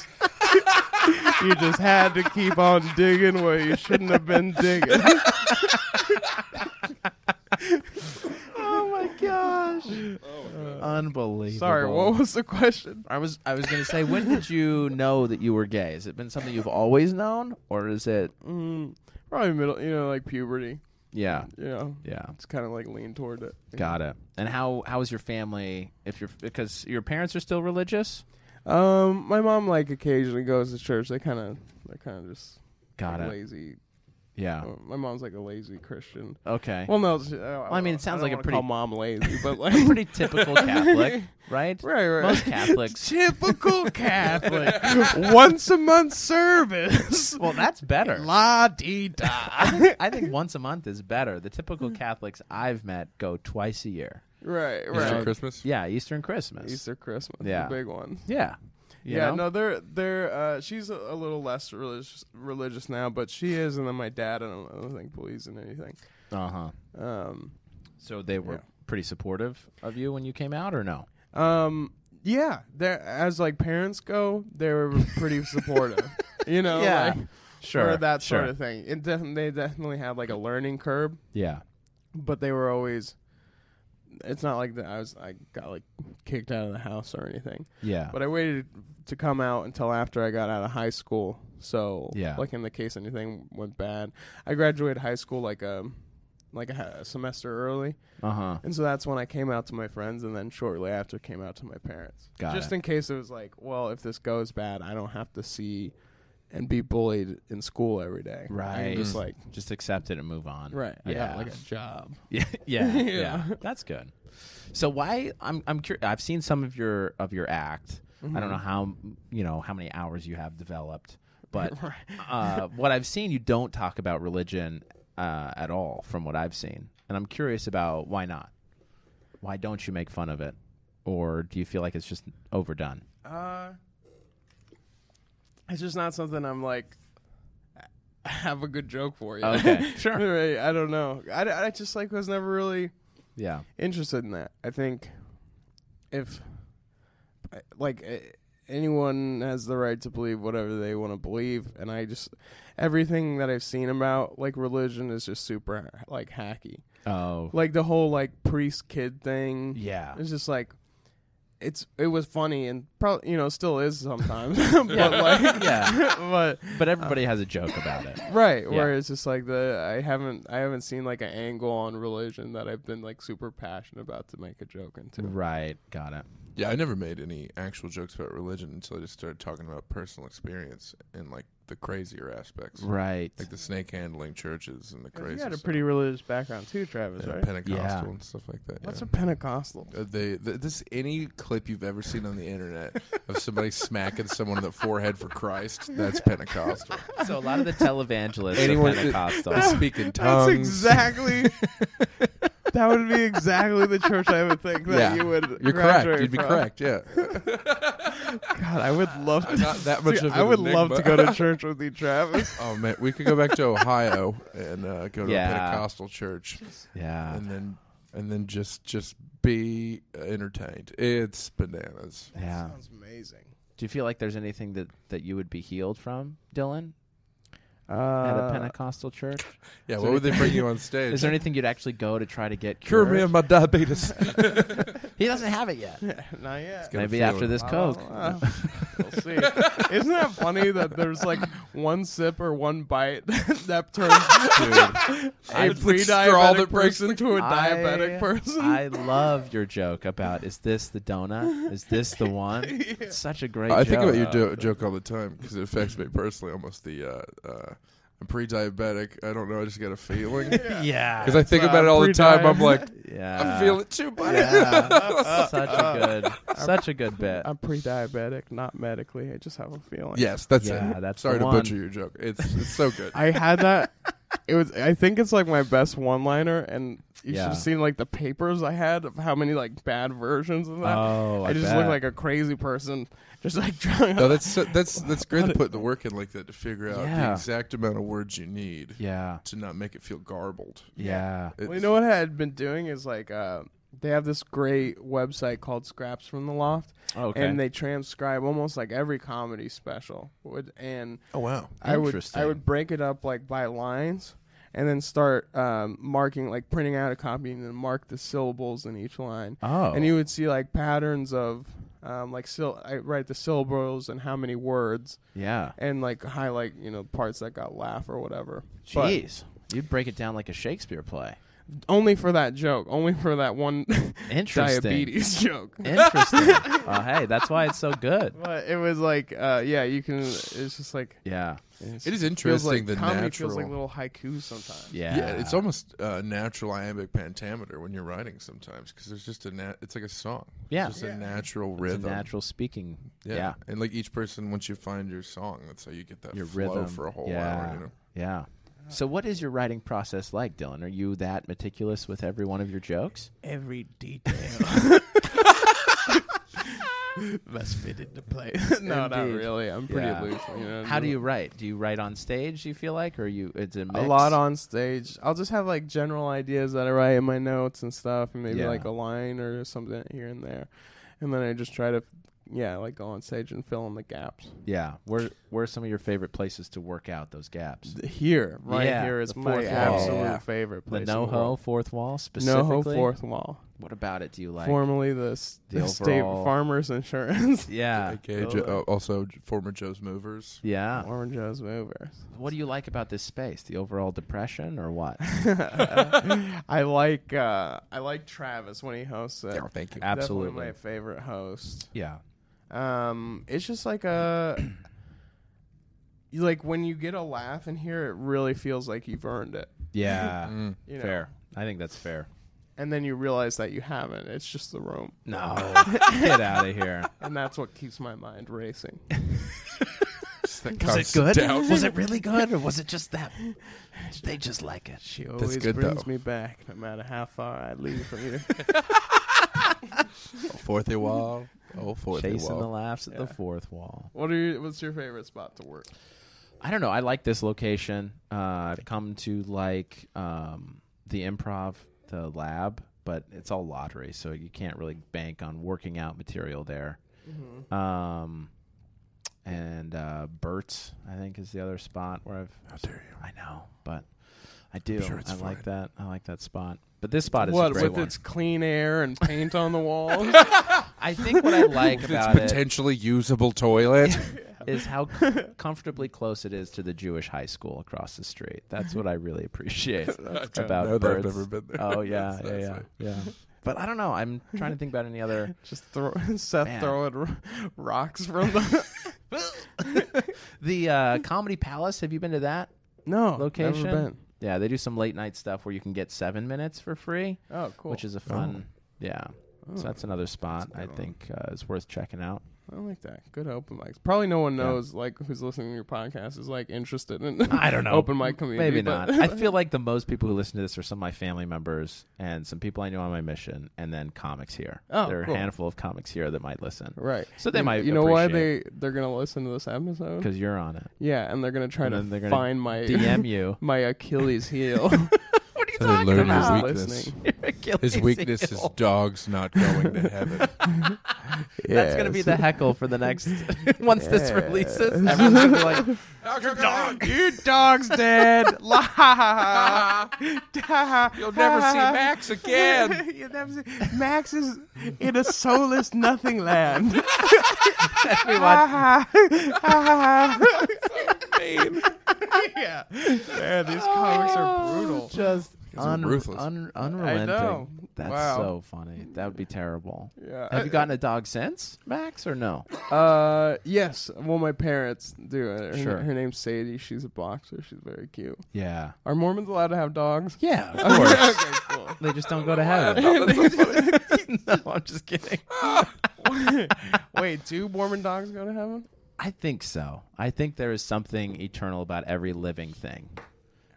B: you just had to keep on digging where you shouldn't have been digging.
D: Oh my gosh! Unbelievable.
B: Sorry, what was the question?
D: I was I was gonna say, when did you know that you were gay? Has it been something you've always known, or is it?
B: Mm, probably middle, you know, like puberty.
D: Yeah,
B: You know,
D: yeah,
B: it's kind of like lean toward it.
D: got it. And how how is your family? If you're because your parents are still religious.
B: Um, my mom like occasionally goes to church. They kind of, they kind of just
D: Got
B: like,
D: it.
B: lazy.
D: Yeah.
B: uh, my mom's like a lazy Christian.
D: Okay.
B: Well, no, she- I, don't-
D: I mean, it sounds
B: don't
D: like a
B: wanna
D: pretty-
B: call mom lazy, but like
D: pretty typical Catholic,
B: right,
D: right?
B: right.
D: Most Catholics.
B: typical Catholic once a month service.
D: Well, that's better.
B: La di da. Hmm.
D: I think once a month is better. The typical Catholics I've met go twice a year.
B: Right,
E: Is it
B: right.
E: Christmas.
D: Yeah, Easter and Christmas.
B: Easter, Christmas,
D: Yeah.
B: the big one.
D: Yeah. You
B: yeah,
D: know?
B: no, they're they're. Uh, she's a, a little less religious, religious now, but she is, and then my dad. I don't, I don't think believes in anything.
D: Uh huh.
B: Um,
D: So they were
B: Yeah.
D: pretty supportive of you when you came out, or no?
B: Um, yeah, they're as like parents go, they were pretty supportive. You know,
D: Yeah,
B: like,
D: Sure.
B: or that
D: sure.
B: sort of thing. It definitely they definitely had like a learning curve,
D: Yeah.
B: but they were always. It's not like that. I was I got like kicked out of the house or anything,
D: Yeah.
B: but I waited to come out until after I got out of high school. So
D: Yeah.
B: like in the case anything went bad, I graduated high school like um like a, ha- a semester early.
D: Uh huh.
B: And so that's when I came out to my friends, and then shortly after came out to my parents.
D: Got
B: Just
D: it.
B: in case it was like, well, if this goes bad, I don't have to see and be bullied in school every day. I
D: Right.
B: can just like,
D: Just accept it and move on.
B: right. I
D: Yeah.
B: got like a job.
D: yeah. Yeah.
B: Yeah.
D: Yeah. That's good. So why I'm I'm curious. I've seen some of your of your act. I don't know how you know how many hours you have developed, but uh, what I've seen, you don't talk about religion uh, at all, from what I've seen, and I'm curious about why not. Why don't you make fun of it, or do you feel like it's just overdone?
B: Uh, it's just not something I'm like, I have a good joke for you.
D: Okay, sure.
B: Right, I don't know. I, I just like was never really
D: Yeah,
B: interested in that. I think if I- like eh, anyone has the right to believe whatever they want to believe and I just everything that I've seen about like religion is just super like hacky.
D: Oh,
B: Like the whole like priest kid thing.
D: yeah,
B: It's just like it's it was funny and probably you know still is sometimes, but like
D: yeah,
B: but
D: but uh, everybody has a joke about it.
B: right
D: Yeah.
B: where it's just like the I haven't I haven't seen like an angle on religion that I've been like super passionate about to make a joke into.
D: Right, got it.
E: Yeah, I never made any actual jokes about religion until I just started talking about personal experience and like the crazier aspects,
D: Right.
E: like the snake handling churches and the
B: 'Cause
E: crazy.
B: You had a
E: stuff.
B: pretty religious background too, Travis,
E: Yeah,
B: right?
E: Pentecostal
D: Yeah.
E: and stuff like that.
B: What's
E: yeah.
B: a Pentecostal?
E: Uh, they th- this any clip you've ever seen on the internet of somebody smacking someone in the forehead for Christ that's Pentecostal.
D: So a lot of the televangelists
E: Anyone-
D: are Pentecostal.
E: They speak in
B: That's
E: tongues.
B: exactly. that would be exactly the church I would think that
E: Yeah.
B: you would.
E: You're correct.
B: graduate
E: You'd be
B: from.
E: correct. Yeah.
B: God, I would love to.
E: I'm not that much
B: Dude,
E: of an
B: I would love to
E: enigma.
B: go to church with you, Travis.
E: Oh man, we could go back to Ohio and uh, go to
D: Yeah.
E: a Pentecostal church,
D: yeah.
E: and then and then just just be entertained. It's bananas.
D: Yeah.
B: Sounds amazing.
D: Do you feel like there's anything that, that you would be healed from, Dylan,
B: Uh,
D: at a Pentecostal church?
E: Yeah.
D: Is
E: What
D: there
E: would they
D: anything-
E: bring you on stage?
D: Is there anything you'd actually go to try to get
E: Cure
D: cured?
E: me of my diabetes.
D: He doesn't have it yet.
B: Uh, not yet.
E: Get a
D: Maybe
E: feeling.
D: after this Coke.
B: Uh, we'll see. Isn't that funny that there's like one sip or one bite that turns a
E: It's like
B: pre
E: straw that
B: diabetic
E: breaks the-
B: person to a diabetic
D: I-
B: person?
D: I love your joke about is this the donut? Is this the one? It's such a great
E: I
D: joke.
E: think about your do- joke all the time because it affects me personally. Almost the uh, uh, I'm pre-diabetic. I don't know. I just got a feeling because
D: Yeah.
E: I think
B: So
E: about it
B: I'm
E: all the time. I'm like,
D: yeah.
E: I feel it too, buddy.
D: Yeah. such a good such a good bit.
B: I'm pre diabetic, not medically. I just have a feeling.
E: Yes, that's
D: Yeah,
E: it.
D: that's
E: Sorry
D: the
E: to
D: one.
E: butcher your joke. It's it's so good.
B: I had that. It was. I think it's like my best one liner, and you
D: Yeah.
B: should have seen like the papers I had of how many like bad versions of that.
D: Oh,
B: I,
D: I
B: just
D: bet.
B: look like a crazy person, just like trying.
E: no, that's so, that's that's great to put the work in like that to figure out the
D: Yeah.
E: exact amount of words you need
D: yeah.
E: to not make it feel garbled.
D: Yeah.
E: It's,
B: Well, you know what I had been doing is like uh, they have this great website called Scraps from the Loft,
D: Oh, Okay.
B: and they transcribe almost like every comedy special. Would and
E: Oh wow.
B: I would I
D: Interesting.
B: would break it up like by lines, and then start um, marking like printing out a copy and then mark the syllables in each line.
D: oh.
B: and you would see like patterns of um, like sil- I write the syllables and how many words
D: yeah.
B: and like highlight you know parts that got laugh or whatever. But
D: Jeez. You'd break it down like a Shakespeare play.
B: only for that joke, only for that one
D: Interesting.
B: diabetes joke.
D: Interesting. well, Oh, hey, that's why it's so good.
B: But it was like uh, yeah, you can. It's just like
D: Yeah.
B: it's,
E: It is
B: feels
E: interesting
B: like
E: the
B: comedy
E: natural.
B: feels like little haikus sometimes.
D: Yeah.
E: yeah, it's almost uh, natural iambic pentameter when you're writing sometimes because there's just a nat- it's like a song.
D: Yeah.
E: it's just a natural
D: It's a
E: rhythm.
D: natural speaking. Yeah.
E: and like each person, once you find your song, that's how you get that
D: Your
E: flow
D: rhythm
E: for a whole
D: yeah.
E: hour. You know,
D: Yeah. So what is your writing process like, Dylan? Are you that meticulous with every one of your jokes?
B: Every detail. Must fit into play. no, not
D: Indeed.
B: really. I'm pretty
D: Yeah.
B: loose. You know,
D: How do
B: no-
D: you write? Do you write on stage? Do you feel like, or you? It's a,
B: a
D: mix?
B: lot on stage. I'll just have like general ideas that I write in my notes and stuff, and maybe
D: Yeah.
B: like a line or something here and there, and then I just try to, yeah, like go on stage and fill in the gaps.
D: Yeah. Where Where are some of your favorite places to work out those gaps?
B: Th- Here, right
D: Yeah,
B: here is
D: the
B: my
D: fourth wall.
B: absolute
D: Yeah.
B: favorite
D: The
B: place.
D: no ho fourth wall
B: no
D: specifically.
B: ho fourth wall,
D: What about it? Do you like?
B: formerly the, s-
D: the
B: the state
D: overall-
B: farmers insurance.
D: yeah.
E: aka
D: Those-
E: Jo- uh, also J- former Joe's Movers.
D: yeah.
B: Orange Ah, Joe's movers.
D: What do you like about this space? The overall depression, or what?
B: I like uh, I like Travis when he hosts
D: Oh,
B: it.
E: thank you.
B: Definitely my favorite host.
D: Yeah.
B: Um, it's just like a you like when you get a laugh in here, it really feels like you've earned it.
D: Yeah.
E: Mm.
B: You know?
D: Fair. I think that's fair.
B: And then you realize that you haven't. It's just the room,
D: No. Get out of here.
B: and that's what keeps my mind racing.
E: Just that
D: Was it
E: constant
D: good?
E: doubt.
D: Was it really good, or was it just that they just like it?
B: She always
E: good,
B: brings
E: though.
B: me back, no matter how far I leave from here.
E: Fourth wall. Oh, fourth
D: Chasing the
E: wall.
D: laughs at the
B: Yeah.
D: fourth wall.
B: what are your, what's your favorite spot to work?
D: I don't know. I like this location. Uh, I've come to like um, the improv, the lab, but it's all lottery, so you can't really bank on working out material there. Um, and uh, Burt's, I think, is the other spot where I've.
E: How dare you?
D: I know, but I do.
E: sure it's
D: I like
E: fine.
D: that. I like that spot. But this spot is
B: what
D: a great
B: with
D: one.
B: its clean air and paint on the walls?
D: I think what I like
E: It's
D: about it
E: potentially usable toilet.
D: is how c- comfortably close it is to the Jewish high school across the street. That's what I really appreciate about
E: No,
D: birds.
E: I've never been there.
D: Oh yeah, yeah,
E: That's
D: yeah,
E: right.
D: yeah. But I don't know. I'm trying to think about any other.
B: Just throw Seth
D: Man.
B: throwing r- rocks from the
D: The uh, Comedy Palace. Have you been to that?
B: no
D: Location?
B: Never been.
D: Yeah, they do some late night stuff where you can get seven minutes for free,
B: Oh, cool. Oh,
D: which is a fun. Yeah, so that's another spot I think uh, is worth checking out.
B: I like that. Good open mics. Probably no one
D: Yeah.
B: knows like who's listening to your podcast is like interested in.
D: I don't know.
B: Open mic community.
D: Maybe
B: but-
D: not. I feel like the most people who listen to this are some of my family members and some people I knew on my mission, and then comics here.
B: Oh,
D: there are
B: cool.
D: a handful of comics here that might listen
B: Right.
D: So they
B: you,
D: might
B: You know why
D: appreciate
B: they they're gonna listen to this episode?
D: because you're on it.
B: Yeah, and they're gonna try
D: And
B: to
D: then they're gonna
B: find my
D: DM you.
B: my Achilles heel.
D: what are you
E: So they learn
B: about?
E: his weakness.
B: Listening.
E: His weakness is dogs not going to heaven.
D: That's gonna be
B: Yes.
D: the heckle for the next. once this releases, everyone's gonna be like,
E: Your dog,
B: Your dog's dead. La ha ha ha.
E: you'll never see Max again.
B: You'll never see- Max is in a soulless nothing land. Ha, ha, ha, ha. yeah. Oh, Man, these comics are brutal.
D: just
E: are
D: un-
E: ruthless.
D: un- unrelenting.
B: know.
D: That's
B: Wow.
D: so funny. That would be terrible.
B: Yeah.
D: Have you gotten a dog since Max or no?
B: Uh, yes. Well, my parents do. Her,
D: Sure.
B: her name's Sadie. She's a boxer. She's very cute.
D: Yeah.
B: Are Mormons allowed to have dogs?
D: Yeah, of course.
B: okay, cool.
D: they just don't go to heaven. no, I'm just kidding.
B: Wait, do Mormon dogs go to heaven?
D: I think so. I think there is something eternal about every living thing.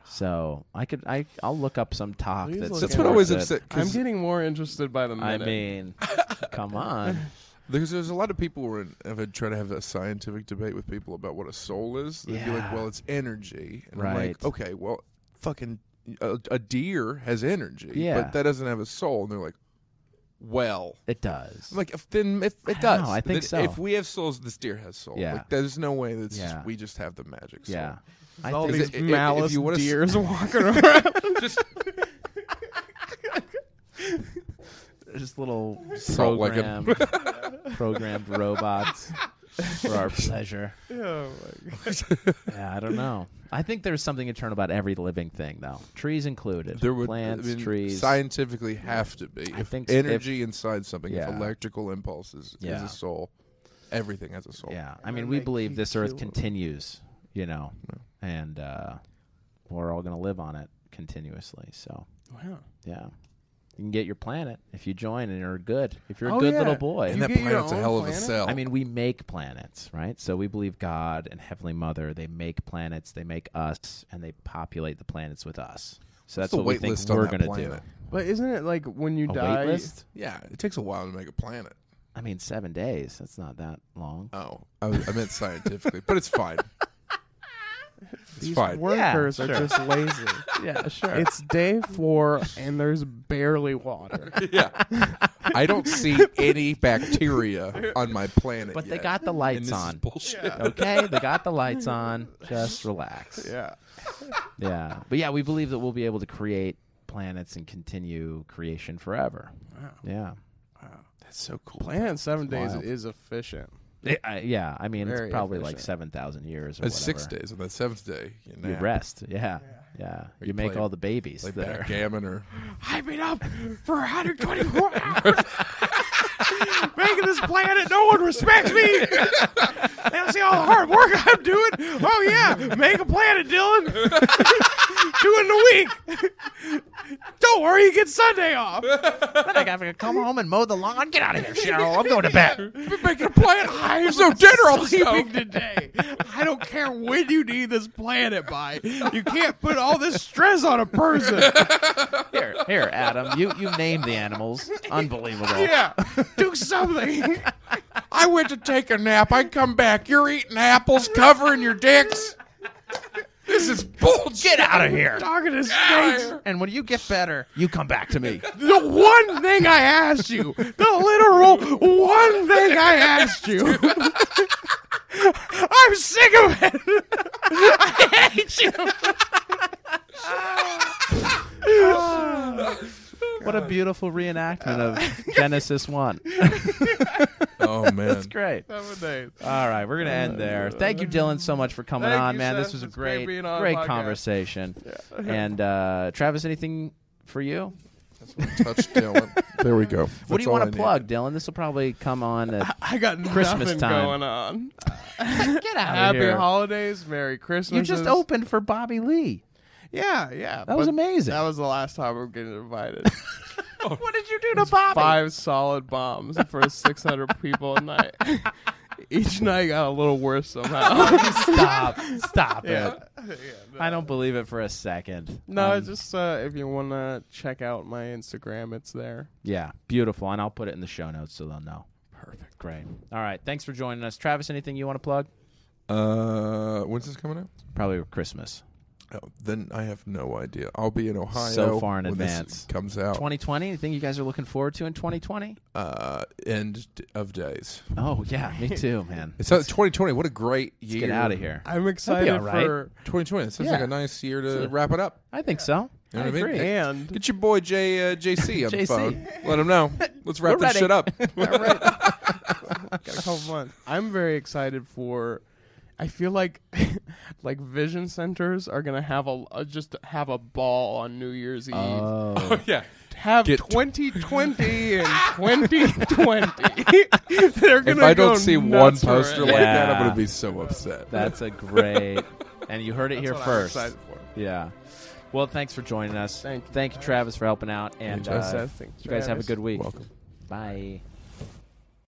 D: So I could I I'll look up some talk
B: Please
D: that's
B: look
E: That's
B: at
E: what always
D: it.
E: upset.
B: I'm
E: 'cause
B: getting more interested by the
D: I
B: minute.
D: mean, come on.
E: There's, there's a lot of people who are in, have been trying to have a scientific debate with people about what a soul is. They'd be like,
D: Yeah.
E: well, it's energy. And I'm
D: Right.
E: like, okay, well, fucking a, a deer has energy,
D: Yeah.
E: but that doesn't have a soul. And they're like, well.
D: It does.
E: I'm like, if, then if
D: I
E: it
D: don't
E: does.
D: know, I think
E: Then
D: so.
E: If we have souls, this deer has soul.
D: Yeah.
E: Like, there's no way that's
D: Yeah.
E: just, we just have the magic soul.
D: yeah. I
B: all
D: think
B: these
E: it- if- if
B: malice
E: you wanna s-
B: deers walking around.
E: just
D: just little
E: Salt like a-
D: programmed, programmed robots for our pleasure.
B: Oh,
D: Yeah, I don't know. I think there's something eternal about every living thing, though. Trees included.
E: there would
D: Plants,
E: I mean,
D: trees.
E: scientifically have to be.
D: I
E: If
D: think s-
E: energy inside something, if
D: Yeah.
E: electrical impulses is
D: Yeah.
E: a soul, everything has a soul.
D: Yeah, I mean, we believe this earth continues, you know, and uh, we're all going to live on it continuously. So,
B: Wow.
D: yeah. You can get your planet if you join and you're good. If you're a
B: Oh,
D: good
B: yeah.
D: little
E: And
D: boy.
B: You
E: that
B: get your
E: planet's a
B: own
E: hell of
B: planet?
E: a cell.
D: I mean, we make planets, right? So we believe God and Heavenly Mother, they make planets, they make us, and they populate the planets with us. So
E: What's
D: that's
E: the
D: what we
E: wait
D: think
E: list on
D: we're
E: that
D: going to do.
E: planet?
B: But isn't it like when you
D: A
B: die?
D: wait list?
E: yeah, it takes a while to make a planet.
D: I mean, seven days. That's not that long.
E: Oh, I, was- I meant scientifically, but it's fine. It's
B: These
E: fine.
B: workers
D: Yeah,
B: are
D: sure.
B: just lazy.
D: Yeah, sure.
B: it's day four and there's barely water.
E: yeah, I don't see any bacteria on my planet.
D: but they
E: yet,
D: got the
E: and
D: lights
E: this
D: on.
E: Is bullshit.
D: okay, they got the lights on. Just relax.
B: Yeah.
D: Yeah. But yeah, we believe that we'll be able to create planets and continue creation forever.
B: Wow.
D: Yeah.
E: That's so cool.
B: Plan seven days
D: Wild.
B: is efficient.
D: I- I- yeah. I mean,
B: Very
D: it's probably like
B: efficient.
D: 7,000 years or
E: That's six
D: whatever.
E: days. On that seventh day, you,
D: You
E: nap,
D: rest. Yeah. Yeah. You,
E: you
D: make
E: play-
D: all the babies
E: play
D: there.
E: backgammon or
B: I've been up for 124 hours making this planet. No one respects me. They don't see all the hard work I'm doing. Oh, yeah. Make a planet, Dylan. Two in a week. Don't worry, you get Sunday off.
D: Then I gotta come home and mow the lawn. Get out of here, Cheryl. I'm going to bed.
B: making a planet high. There's no
E: dinner on the
B: sleeping today. I don't care when you need this planet by. You can't put all this stress on a person.
D: Here, here, Adam. You you name the animals. Unbelievable.
B: Yeah, do something.
E: I went to take a nap. I come back. You're eating apples, covering your dicks. This is bullshit.
D: Get out of here.
B: Talking to snakes.
D: And when you get better, you come back to me.
B: The one thing I asked you, the literal one thing I asked you. I'm sick of it. I hate you.
D: What a beautiful beautiful reenactment of Genesis 1.
E: Oh man,
D: It's great.
B: That was nice.
D: All right, we're going to end there. Thank you, Dylan, so much for coming
B: Thank
D: on,
B: you,
D: man. This
B: Seth.
D: was a
B: It's great
D: great,
B: being on
D: great
B: podcast.
D: conversation. and uh, Travis, anything for you?
E: touchdown. there we go.
D: what do
E: That's
D: you
E: all I
D: want
E: need.
D: to plug, Dylan? This will probably come on. At,
B: I got
D: Christmas
B: nothing
D: time.
B: going on.
D: get out
B: Happy
D: of here.
B: holidays, Merry Christmas.
D: You just opened for Bobby Lee.
B: Yeah, yeah.
D: That was
B: but
D: amazing.
B: That was the last time I'm getting invited.
D: what did you do to Bobby?
B: Five solid bombs for 600 people a night. Each night got a little worse somehow.
D: Stop. Stop
B: Yeah.
D: it. I don't believe it for a second.
B: no,
D: Um,
B: it's just uh, if you want to check out my Instagram, it's there.
D: Yeah, beautiful. And I'll put it in the show notes so they'll know. Perfect. Great. All right. Thanks for joining us. Travis, anything you want to plug?
E: Uh, when's this coming out?
D: Probably Christmas.
E: Oh, then I have no idea. I'll be in Ohio.
D: So far in
E: when this
D: advance.
E: comes out.
D: 2020, anything you guys are looking forward to in 2020?
E: Uh, end of days.
D: Oh, yeah, me too, man.
E: It's uh, 2020. What a great year.
D: Let's get out of here.
B: I'm
D: That'd be
B: excited
D: all right.
B: for.
E: 2020. It sounds
D: Yeah.
E: like a nice year to
D: So-
E: wrap it up.
D: I think so. I
E: You know what I mean?
D: agree.
B: And
E: Get your boy J uh, JC on the
D: JC.
E: phone. Let him know. Let's wrap
D: We're
E: this shit
D: ready.
E: up.
B: got a couple months. I'm very excited for. I feel like, like vision centers are gonna have a uh, just have a ball on New Year's Eve.
D: Oh,
E: yeah.
B: have
E: Get-
B: 2020 and 2020. They're gonna
E: If I
B: go
E: don't see one
B: nuts for
E: poster
B: it.
E: like that, I'm
D: Yeah.
E: gonna be so upset.
D: that's a great. and you heard it here
B: That's what I'm
D: first.
B: excited for.
D: Yeah. Well, thanks for joining us.
B: Thank you.
D: Thank you, Travis, for helping out. And
E: Thank
D: uh,
E: you,
B: Seth. Thanks,
D: you guys have a
B: Travis.
D: good week.
E: Welcome.
D: Bye.